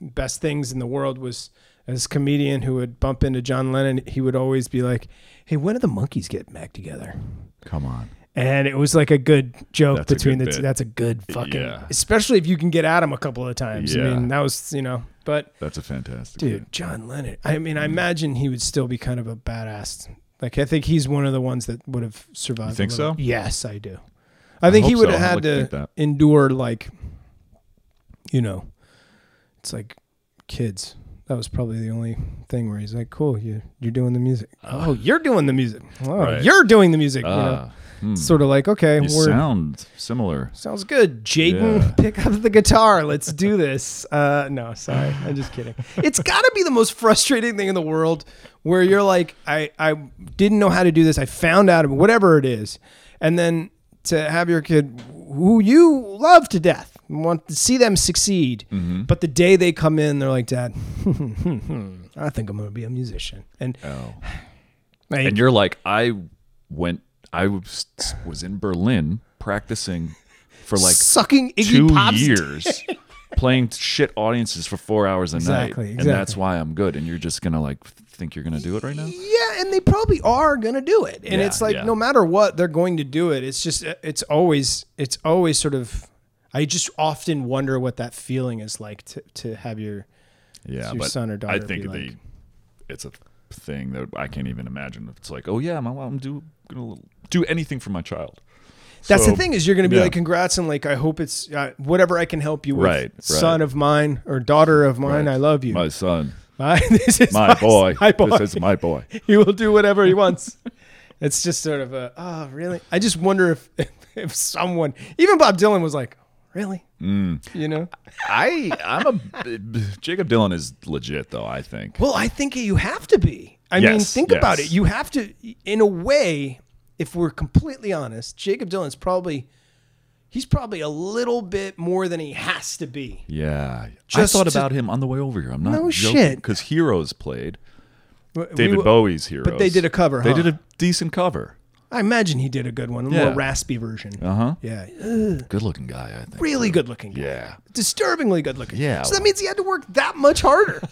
[SPEAKER 2] best things in the world was this comedian who would bump into John Lennon. He would always be like, "Hey, when do the monkeys get back together?"
[SPEAKER 1] Come on.
[SPEAKER 2] and it was like a good joke
[SPEAKER 1] That's a
[SPEAKER 2] between
[SPEAKER 1] good
[SPEAKER 2] the two.
[SPEAKER 1] bit.
[SPEAKER 2] That's a good fucking,
[SPEAKER 1] Yeah.
[SPEAKER 2] especially if you can get at him a couple of times. I
[SPEAKER 1] Yeah.
[SPEAKER 2] mean, that was you know, but
[SPEAKER 1] That's a fantastic
[SPEAKER 2] dude, John Lennon. I mean,
[SPEAKER 1] Mm-hmm.
[SPEAKER 2] I imagine he would still be kind of a badass. Like I think he's one of the ones that would have survived.
[SPEAKER 1] You think
[SPEAKER 2] a little-
[SPEAKER 1] so?
[SPEAKER 2] Yes, I do. I think he
[SPEAKER 1] hope
[SPEAKER 2] would
[SPEAKER 1] so.
[SPEAKER 2] have
[SPEAKER 1] I'd
[SPEAKER 2] had
[SPEAKER 1] like to think
[SPEAKER 2] to
[SPEAKER 1] that.
[SPEAKER 2] endure like, you know, it's like kids. That was probably the only thing where he's like, "Cool, you you're doing the music. oh, you're doing the music. Oh,
[SPEAKER 1] Ah. Right.
[SPEAKER 2] you're doing the music. you know?
[SPEAKER 1] Ah, hmm.
[SPEAKER 2] Sort of like, okay,
[SPEAKER 1] you
[SPEAKER 2] we're
[SPEAKER 1] sound similar.
[SPEAKER 2] Sounds good, Jaden.
[SPEAKER 1] Yeah.
[SPEAKER 2] Pick up the guitar. Let's do this. Uh, no, sorry, I'm just kidding. It's got to be the most frustrating thing in the world, where you're like, I I didn't know how to do this. I found out whatever it is, and then to have your kid who you love to death want to see them succeed,
[SPEAKER 1] Mm-hmm.
[SPEAKER 2] but the day they come in, they're like, Dad, hmm, I think I'm gonna be a musician, and
[SPEAKER 1] Oh.
[SPEAKER 2] like,
[SPEAKER 1] And you're like, I went, I was, was in Berlin practicing for like
[SPEAKER 2] sucking Iggy
[SPEAKER 1] two
[SPEAKER 2] Pop's dick.
[SPEAKER 1] years playing shit audiences for four hours a
[SPEAKER 2] Exactly,
[SPEAKER 1] night,
[SPEAKER 2] exactly.
[SPEAKER 1] and that's why I'm good. And you're just gonna like think you're gonna do it right now.
[SPEAKER 2] Yeah, and they probably are gonna do it, and
[SPEAKER 1] Yeah,
[SPEAKER 2] it's like
[SPEAKER 1] yeah.
[SPEAKER 2] no matter what, they're going to do it. It's just it's always it's always sort of. I just often wonder what that feeling is like to to have your
[SPEAKER 1] Yeah,
[SPEAKER 2] your
[SPEAKER 1] but
[SPEAKER 2] son or
[SPEAKER 1] I
[SPEAKER 2] daughter
[SPEAKER 1] think
[SPEAKER 2] be
[SPEAKER 1] they,
[SPEAKER 2] like-
[SPEAKER 1] it's a thing that I can't even imagine. It's like, oh yeah, my mom do gonna do anything for my child.
[SPEAKER 2] That's the
[SPEAKER 1] So,
[SPEAKER 2] thing is you're going to be
[SPEAKER 1] yeah.
[SPEAKER 2] like, congrats, and like, I hope it's uh, whatever I can help you with,
[SPEAKER 1] Right, right.
[SPEAKER 2] son of mine or daughter of mine.
[SPEAKER 1] right,
[SPEAKER 2] I love you.
[SPEAKER 1] my son,
[SPEAKER 2] My- this is
[SPEAKER 1] my boy,
[SPEAKER 2] My boy.
[SPEAKER 1] This is my boy.
[SPEAKER 2] he will do whatever he wants. It's just sort of a oh really. I just wonder if if someone, even Bob Dylan, was like, really,
[SPEAKER 1] Mm.
[SPEAKER 2] you know.
[SPEAKER 1] I, I'm a Jacob Dylan is legit though. I think.
[SPEAKER 2] Well, I think you have to be. I mean,
[SPEAKER 1] Yes,
[SPEAKER 2] think about
[SPEAKER 1] yes.
[SPEAKER 2] it. You have to, in a way, if we're completely honest, Jacob Dylan's probably, he's probably a little bit more than he has to be.
[SPEAKER 1] Yeah,
[SPEAKER 2] Just
[SPEAKER 1] I thought
[SPEAKER 2] to-
[SPEAKER 1] about him on the way over here. I'm not
[SPEAKER 2] No shit.
[SPEAKER 1] because Heroes played
[SPEAKER 2] W- we
[SPEAKER 1] David
[SPEAKER 2] w-
[SPEAKER 1] Bowie's Heroes,
[SPEAKER 2] they did a cover,
[SPEAKER 1] They
[SPEAKER 2] huh?
[SPEAKER 1] did a decent cover.
[SPEAKER 2] I imagine he did a good one, a
[SPEAKER 1] Yeah.
[SPEAKER 2] more raspy version.
[SPEAKER 1] Uh huh.
[SPEAKER 2] Yeah.
[SPEAKER 1] Good looking guy, I think.
[SPEAKER 2] Really good looking guy.
[SPEAKER 1] Yeah.
[SPEAKER 2] Disturbingly good looking.
[SPEAKER 1] Yeah.
[SPEAKER 2] So that means he had to work that much harder.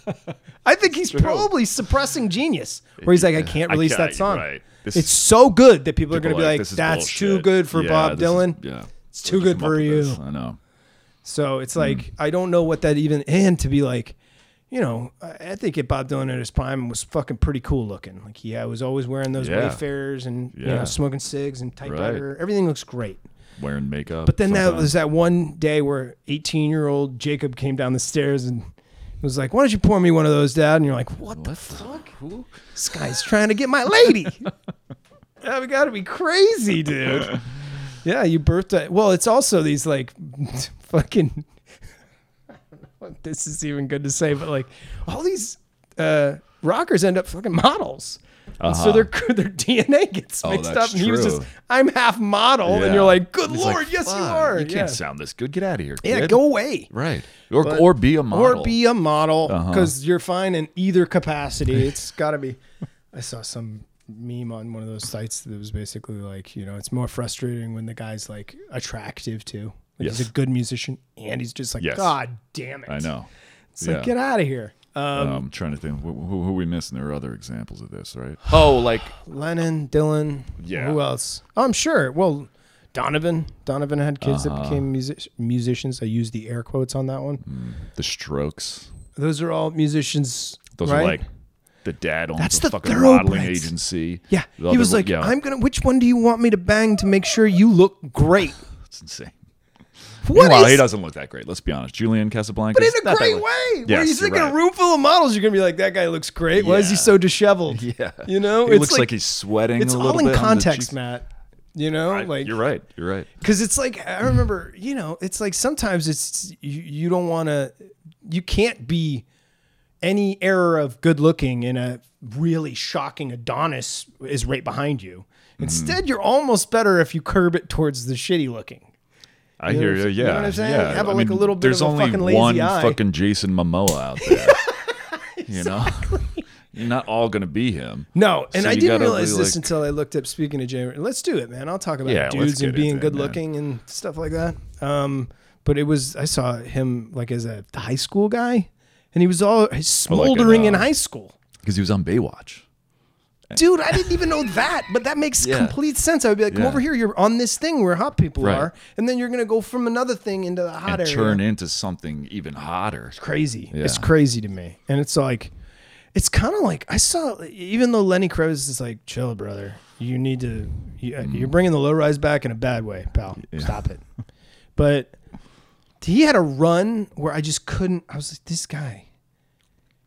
[SPEAKER 2] I think he's probably suppressing genius, where he's like, I can't
[SPEAKER 1] I
[SPEAKER 2] release
[SPEAKER 1] can't-
[SPEAKER 2] that song.
[SPEAKER 1] right. This
[SPEAKER 2] it's
[SPEAKER 1] is-
[SPEAKER 2] so good that people, are going
[SPEAKER 1] People
[SPEAKER 2] to be like,
[SPEAKER 1] this is
[SPEAKER 2] that's too
[SPEAKER 1] bullshit.
[SPEAKER 2] good for
[SPEAKER 1] Yeah,
[SPEAKER 2] Bob
[SPEAKER 1] this is-
[SPEAKER 2] Dylan.
[SPEAKER 1] yeah.
[SPEAKER 2] It's too
[SPEAKER 1] Where'd
[SPEAKER 2] good
[SPEAKER 1] come up
[SPEAKER 2] for
[SPEAKER 1] with
[SPEAKER 2] you.
[SPEAKER 1] this? I know.
[SPEAKER 2] So
[SPEAKER 1] Hmm.
[SPEAKER 2] it's like I don't know what that even and to be like, you know, I I think at Bob Dylan at his prime was fucking pretty cool looking. Like yeah, I was always wearing those
[SPEAKER 1] Yeah.
[SPEAKER 2] Wayfarers and you know
[SPEAKER 1] Yeah.
[SPEAKER 2] smoking cigs and typewriter. Everything looks great.
[SPEAKER 1] Wearing makeup.
[SPEAKER 2] But then that
[SPEAKER 1] sometimes.
[SPEAKER 2] was that one day where eighteen year old Jacob came down the stairs and was like, "Why don't you pour me one of those, Dad?" And you're like, "What, the
[SPEAKER 1] What
[SPEAKER 2] f-
[SPEAKER 1] the who?
[SPEAKER 2] this guy's trying to get my lady? that we got to be crazy, dude." yeah, you birthday. Well, it's also these like fucking. I don't know if this is even good to say, but like all these uh, rockers end up fucking models. And So their their DNA gets
[SPEAKER 1] Uh-huh. Oh,
[SPEAKER 2] mixed up,
[SPEAKER 1] that's
[SPEAKER 2] and he was just,
[SPEAKER 1] true.
[SPEAKER 2] "I'm half model," and
[SPEAKER 1] Yeah.
[SPEAKER 2] you're like, "Good
[SPEAKER 1] He's like,
[SPEAKER 2] lord, yes, you
[SPEAKER 1] "Fuck,
[SPEAKER 2] are."
[SPEAKER 1] You can't
[SPEAKER 2] yeah.
[SPEAKER 1] sound this good. Get out of here.
[SPEAKER 2] yeah,
[SPEAKER 1] kid."
[SPEAKER 2] go away.
[SPEAKER 1] Right. Or
[SPEAKER 2] But-
[SPEAKER 1] or be a model. Uh-huh.
[SPEAKER 2] Or be a model because you're fine in either capacity. It's got to be. I saw some meme on one of those sites that was basically like, you know, it's more frustrating when the guy's like attractive too. Like he's
[SPEAKER 1] Yes.
[SPEAKER 2] a good musician and he's just like,
[SPEAKER 1] Yes.
[SPEAKER 2] God damn it.
[SPEAKER 1] I know.
[SPEAKER 2] It's like, get out of here. Um,
[SPEAKER 1] I'm trying to think. Who, who, who are we missing? There are other examples of this, right? Oh, like
[SPEAKER 2] Lennon, Dylan.
[SPEAKER 1] Yeah.
[SPEAKER 2] Who else? I'm sure. Well, Donovan. Donovan had kids
[SPEAKER 1] Uh-huh.
[SPEAKER 2] that became music- musicians. I used the air quotes on that one.
[SPEAKER 1] Mm. the Strokes.
[SPEAKER 2] Those are all musicians.
[SPEAKER 1] Those
[SPEAKER 2] right?
[SPEAKER 1] are like the dad owns
[SPEAKER 2] That's
[SPEAKER 1] a
[SPEAKER 2] the
[SPEAKER 1] fucking modeling
[SPEAKER 2] thoroughbreds.
[SPEAKER 1] agency.
[SPEAKER 2] Yeah.
[SPEAKER 1] The
[SPEAKER 2] he
[SPEAKER 1] other
[SPEAKER 2] was
[SPEAKER 1] one-
[SPEAKER 2] like,
[SPEAKER 1] yeah,
[SPEAKER 2] I'm going to, which one do you want me to bang to make sure you look great?
[SPEAKER 1] it's insane.
[SPEAKER 2] What
[SPEAKER 1] Meanwhile,
[SPEAKER 2] is-
[SPEAKER 1] he doesn't look that great. Let's be honest. Julian Casablanca.
[SPEAKER 2] but in a great way. where
[SPEAKER 1] Yes,
[SPEAKER 2] he's
[SPEAKER 1] you're
[SPEAKER 2] like in a
[SPEAKER 1] right.
[SPEAKER 2] room full of models, you're going to be like, that guy looks great. Why is he
[SPEAKER 1] Yeah.
[SPEAKER 2] so disheveled?
[SPEAKER 1] Yeah.
[SPEAKER 2] You know,
[SPEAKER 1] He
[SPEAKER 2] it's
[SPEAKER 1] looks like,
[SPEAKER 2] like-
[SPEAKER 1] he's sweating.
[SPEAKER 2] It's
[SPEAKER 1] a
[SPEAKER 2] all
[SPEAKER 1] little
[SPEAKER 2] in
[SPEAKER 1] bit on the
[SPEAKER 2] context,
[SPEAKER 1] cheeks.
[SPEAKER 2] Matt. You know,
[SPEAKER 1] I-
[SPEAKER 2] like,
[SPEAKER 1] you're right. You're right.
[SPEAKER 2] because it's like, I remember, you know, it's like sometimes it's, you, you don't want to, you can't be any error of good looking in a really shocking Adonis is right behind you.
[SPEAKER 1] Mm-hmm.
[SPEAKER 2] Instead, you're almost better if you curb it towards the shitty looking.
[SPEAKER 1] I
[SPEAKER 2] know
[SPEAKER 1] hear
[SPEAKER 2] what
[SPEAKER 1] you.
[SPEAKER 2] I'm-
[SPEAKER 1] Yeah.
[SPEAKER 2] you know what I'm saying?
[SPEAKER 1] Yeah.
[SPEAKER 2] Have a-
[SPEAKER 1] I
[SPEAKER 2] like a
[SPEAKER 1] mean,
[SPEAKER 2] little bit
[SPEAKER 1] There's
[SPEAKER 2] of a
[SPEAKER 1] only
[SPEAKER 2] fucking lazy
[SPEAKER 1] one
[SPEAKER 2] eye.
[SPEAKER 1] fucking Jason Momoa out there. You know, you're not all gonna be him.
[SPEAKER 2] No, and
[SPEAKER 1] So
[SPEAKER 2] I
[SPEAKER 1] you
[SPEAKER 2] didn't
[SPEAKER 1] gotta
[SPEAKER 2] realize
[SPEAKER 1] be
[SPEAKER 2] this
[SPEAKER 1] like-
[SPEAKER 2] until I looked up. Speaking of Jamie, let's do it, man. I'll talk about
[SPEAKER 1] Yeah, let's
[SPEAKER 2] dudes and
[SPEAKER 1] get
[SPEAKER 2] being
[SPEAKER 1] into it,
[SPEAKER 2] good
[SPEAKER 1] man.
[SPEAKER 2] looking and stuff like that. Um, but it was I saw him like as a high school guy, and he was all he's smoldering in
[SPEAKER 1] uh,
[SPEAKER 2] high school.
[SPEAKER 1] because he was on Baywatch.
[SPEAKER 2] Dude, I didn't even know that, but that makes
[SPEAKER 1] Yeah.
[SPEAKER 2] complete sense. I would be like, come
[SPEAKER 1] Yeah.
[SPEAKER 2] over here. You're on this thing where hot people
[SPEAKER 1] Right.
[SPEAKER 2] are, and then you're gonna go from another thing into the
[SPEAKER 1] and
[SPEAKER 2] hot area.
[SPEAKER 1] turn into something even hotter.
[SPEAKER 2] crazy. It's
[SPEAKER 1] Yeah.
[SPEAKER 2] crazy to me. And it's like, it's kind of like I saw, even though Lenny Kravitz is like, chill, brother, you need to, you, uh,
[SPEAKER 1] Mm.
[SPEAKER 2] you're bringing the low rise back in a bad way, pal. Stop it. But he had a run where I just couldn't. I was like, this guy,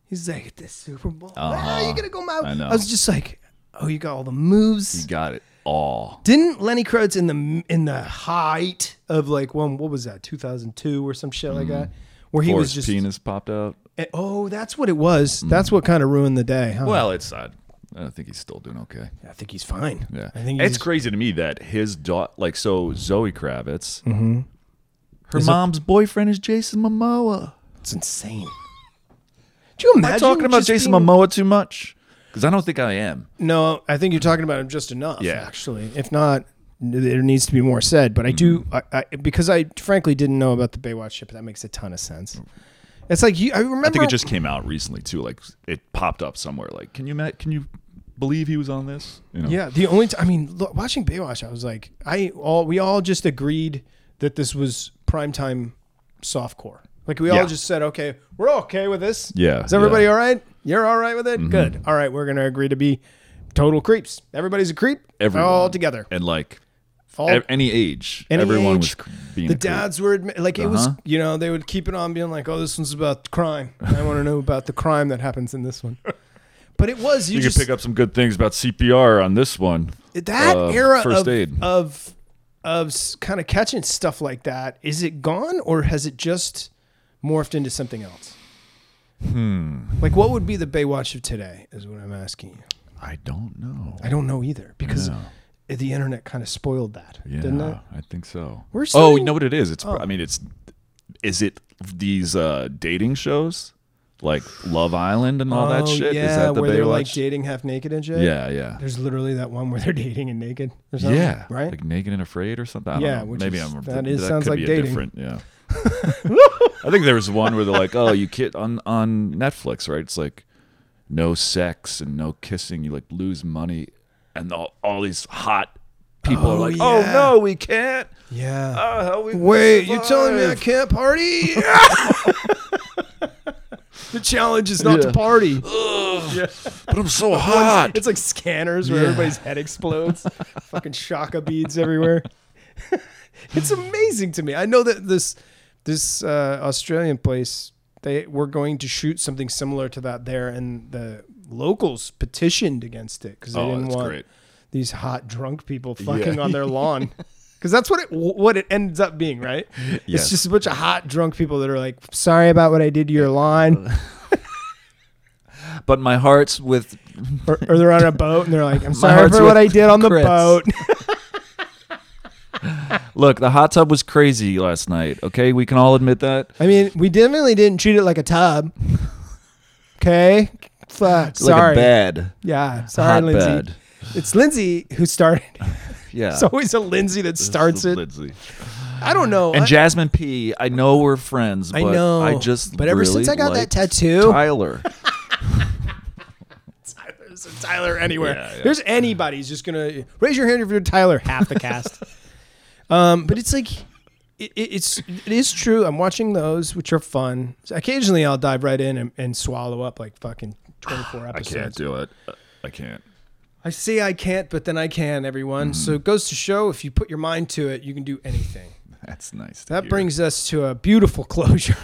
[SPEAKER 2] he's like at the Super Bowl. Ah, you're gonna go my.
[SPEAKER 1] Uh-huh. I know.
[SPEAKER 2] was just like, oh, you got all the moves.
[SPEAKER 1] He got it all.
[SPEAKER 2] Didn't Lenny Kravitz in the in the height of like when what was that 2002 or some shit
[SPEAKER 1] Mm-hmm.
[SPEAKER 2] like that, where he
[SPEAKER 1] Or
[SPEAKER 2] was
[SPEAKER 1] his
[SPEAKER 2] just
[SPEAKER 1] penis popped out.
[SPEAKER 2] Eh, Oh, that's what it was. That's what kind of ruined the day. Huh?
[SPEAKER 1] Mm. Well, it's not. I don't think he's still doing okay.
[SPEAKER 2] I think he's fine.
[SPEAKER 1] Yeah,
[SPEAKER 2] I think
[SPEAKER 1] it's
[SPEAKER 2] he's,
[SPEAKER 1] crazy to me that his daughter, like, so Zoe Kravitz,
[SPEAKER 2] Mm-hmm.
[SPEAKER 1] her mom's boyfriend is Jason Momoa.
[SPEAKER 2] it's insane. Do you
[SPEAKER 1] Am
[SPEAKER 2] imagine
[SPEAKER 1] I talking about
[SPEAKER 2] just
[SPEAKER 1] Jason
[SPEAKER 2] being-
[SPEAKER 1] Momoa too much? Because I don't think I am.
[SPEAKER 2] No, I think you're talking about him just enough.
[SPEAKER 1] Yeah.
[SPEAKER 2] actually, if not, there needs to be more said. But I do
[SPEAKER 1] Mm-hmm.
[SPEAKER 2] I, I, because I frankly didn't know about the Baywatch ship. That makes a ton of sense. It's like you. I remember.
[SPEAKER 1] Mm. I think it just came out recently too. Like, it popped up somewhere. Like, can you ma- can you believe he was on this? You know?
[SPEAKER 2] Yeah, the only t- I mean, look, watching Baywatch, I was like, I all we all just agreed that this was primetime softcore. Like we
[SPEAKER 1] Yeah.
[SPEAKER 2] all just said, okay, we're okay with this.
[SPEAKER 1] Yeah,
[SPEAKER 2] is everybody
[SPEAKER 1] yeah. Mm-hmm.
[SPEAKER 2] all right? You're all right with it. Good. All right, we're gonna agree to be total creeps. Everybody's a creep.
[SPEAKER 1] everyone
[SPEAKER 2] all together.
[SPEAKER 1] and like
[SPEAKER 2] All
[SPEAKER 1] ev- any age,
[SPEAKER 2] Any
[SPEAKER 1] everyone
[SPEAKER 2] age.
[SPEAKER 1] was c- being
[SPEAKER 2] the
[SPEAKER 1] a creep.
[SPEAKER 2] dads were admi- like it was
[SPEAKER 1] Uh-huh.
[SPEAKER 2] you know they would keep it on being like oh this one's about crime i want to know about the crime that happens in this one but it was you,
[SPEAKER 1] You,
[SPEAKER 2] just
[SPEAKER 1] can pick up some good things about CPR on this one.
[SPEAKER 2] that
[SPEAKER 1] uh,
[SPEAKER 2] era
[SPEAKER 1] first
[SPEAKER 2] of,
[SPEAKER 1] aid.
[SPEAKER 2] of of kind of catching stuff like that is it gone or has it just morphed into something else hmm like what would be the baywatch of today is what i'm asking you
[SPEAKER 1] I don't know.
[SPEAKER 2] i don't know either because
[SPEAKER 1] No.
[SPEAKER 2] the internet kind of spoiled that
[SPEAKER 1] Yeah,
[SPEAKER 2] didn't it
[SPEAKER 1] I think so.
[SPEAKER 2] We're
[SPEAKER 1] oh,
[SPEAKER 2] starting-
[SPEAKER 1] you know what it is? It's I mean, it's is it these uh, dating shows like Love Island and all that
[SPEAKER 2] Oh,
[SPEAKER 1] shit?
[SPEAKER 2] yeah
[SPEAKER 1] is that the
[SPEAKER 2] where they're like
[SPEAKER 1] Baywatch?
[SPEAKER 2] dating half naked and shit
[SPEAKER 1] yeah, yeah,
[SPEAKER 2] There's literally that one where they're dating and naked. Or something,
[SPEAKER 1] yeah.
[SPEAKER 2] Right.
[SPEAKER 1] like Naked and Afraid or something. I
[SPEAKER 2] Yeah,
[SPEAKER 1] don't know.
[SPEAKER 2] which
[SPEAKER 1] maybe
[SPEAKER 2] is-
[SPEAKER 1] I'm
[SPEAKER 2] that is-
[SPEAKER 1] that
[SPEAKER 2] sounds
[SPEAKER 1] could
[SPEAKER 2] like
[SPEAKER 1] be a
[SPEAKER 2] dating.
[SPEAKER 1] Different, yeah. I think there was one where they're like, "Oh, you kid on on Netflix, right? It's like no sex and no kissing. You like lose money, and all, all these hot people are
[SPEAKER 2] Oh,
[SPEAKER 1] like,
[SPEAKER 2] yeah.
[SPEAKER 1] "Oh no, we can't."
[SPEAKER 2] yeah.
[SPEAKER 1] Oh, how we
[SPEAKER 2] Wait, you're telling me I
[SPEAKER 1] survive."
[SPEAKER 2] can't party? the challenge is not to
[SPEAKER 1] Yeah.
[SPEAKER 2] party.
[SPEAKER 1] But I'm so hot.
[SPEAKER 2] It's like scanners where everybody's head explodes. Fucking shaka beads everywhere. it's amazing to me. I know that this this uh, Australian place they were going to shoot something similar to that there, and the locals petitioned against it because they
[SPEAKER 1] Oh,
[SPEAKER 2] didn't
[SPEAKER 1] that's
[SPEAKER 2] want
[SPEAKER 1] great.
[SPEAKER 2] these hot drunk people fucking on their lawn. Because that's what it what it ends up being, right? It's
[SPEAKER 1] Yes.
[SPEAKER 2] just a bunch of hot drunk people that are like, "Sorry about what I did to your lawn,"
[SPEAKER 4] But my heart's with
[SPEAKER 2] or, or they're on a boat and they're like, "I'm sorry
[SPEAKER 4] heart's
[SPEAKER 2] for what
[SPEAKER 4] with
[SPEAKER 2] I did on the
[SPEAKER 4] Chris."
[SPEAKER 2] boat."
[SPEAKER 4] Look, the hot tub was crazy last night, okay? We can all admit that.
[SPEAKER 2] I mean, we definitely didn't treat it like a tub. Okay, fuck.
[SPEAKER 4] It's like
[SPEAKER 2] sorry.
[SPEAKER 4] a bed.
[SPEAKER 2] Yeah,
[SPEAKER 4] a
[SPEAKER 2] sorry,
[SPEAKER 4] hot
[SPEAKER 2] Lindsay.
[SPEAKER 4] bed.
[SPEAKER 2] It's Lindsay who started.
[SPEAKER 4] Yeah.
[SPEAKER 2] It's always a Lindsay that starts it.
[SPEAKER 1] Lindsay.
[SPEAKER 2] I don't know.
[SPEAKER 4] and
[SPEAKER 2] I-
[SPEAKER 4] Jasmine P, I know we're friends, but
[SPEAKER 2] I know.
[SPEAKER 4] I just
[SPEAKER 2] but ever
[SPEAKER 4] really
[SPEAKER 2] since I got that
[SPEAKER 4] liked
[SPEAKER 2] tattoo,
[SPEAKER 4] Tyler.
[SPEAKER 2] There's a Tyler anywhere.
[SPEAKER 1] Yeah, yeah.
[SPEAKER 2] There's anybody who's just gonna raise your hand if you're Tyler. Half the cast. um, but it's like, it, it- it's it is true. I'm watching those, which are fun. Occasionally, I'll dive right in and, and swallow up like fucking 24
[SPEAKER 1] I
[SPEAKER 2] episodes.
[SPEAKER 1] can't do it. Uh, I can't.
[SPEAKER 2] I say I can't, but then I can. Everyone.
[SPEAKER 1] Mm-hmm.
[SPEAKER 2] So it goes to show if you put your mind to it, you can do anything.
[SPEAKER 1] That's nice. to
[SPEAKER 2] That
[SPEAKER 1] hear.
[SPEAKER 2] brings us to a beautiful closure.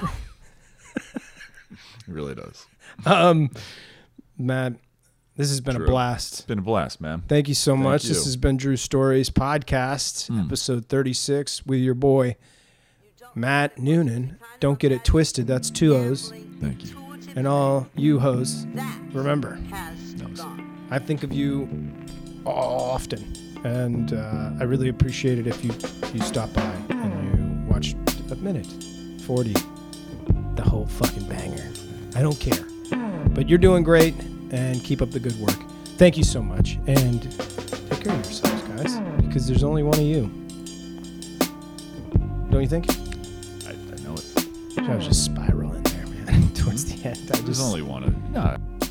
[SPEAKER 1] It really does.
[SPEAKER 2] um, Matt, this has been a
[SPEAKER 1] True.
[SPEAKER 2] blast.
[SPEAKER 1] It's been a blast, man.
[SPEAKER 2] Thank you so much.
[SPEAKER 1] you. Hmm.
[SPEAKER 2] This has been Drew Stories Podcast, episode 36, with your boy, Matt Noonan. Don't get it twisted. That's two O's.
[SPEAKER 1] Thank you.
[SPEAKER 2] And all you hoes, remember,
[SPEAKER 5] has gone.
[SPEAKER 2] I think of you often. And uh, I really appreciate it if you, you stop by and you watch a minute, 40, the whole fucking banger. I don't care. But you're doing great and keep up the good work. Thank you so much. And take care of yourselves, guys, because there's only one of you. Don't you think?
[SPEAKER 1] I, I know it.
[SPEAKER 2] I was just spiraling there, man, towards the end. I
[SPEAKER 1] There's
[SPEAKER 2] just.
[SPEAKER 1] only one. Of, no,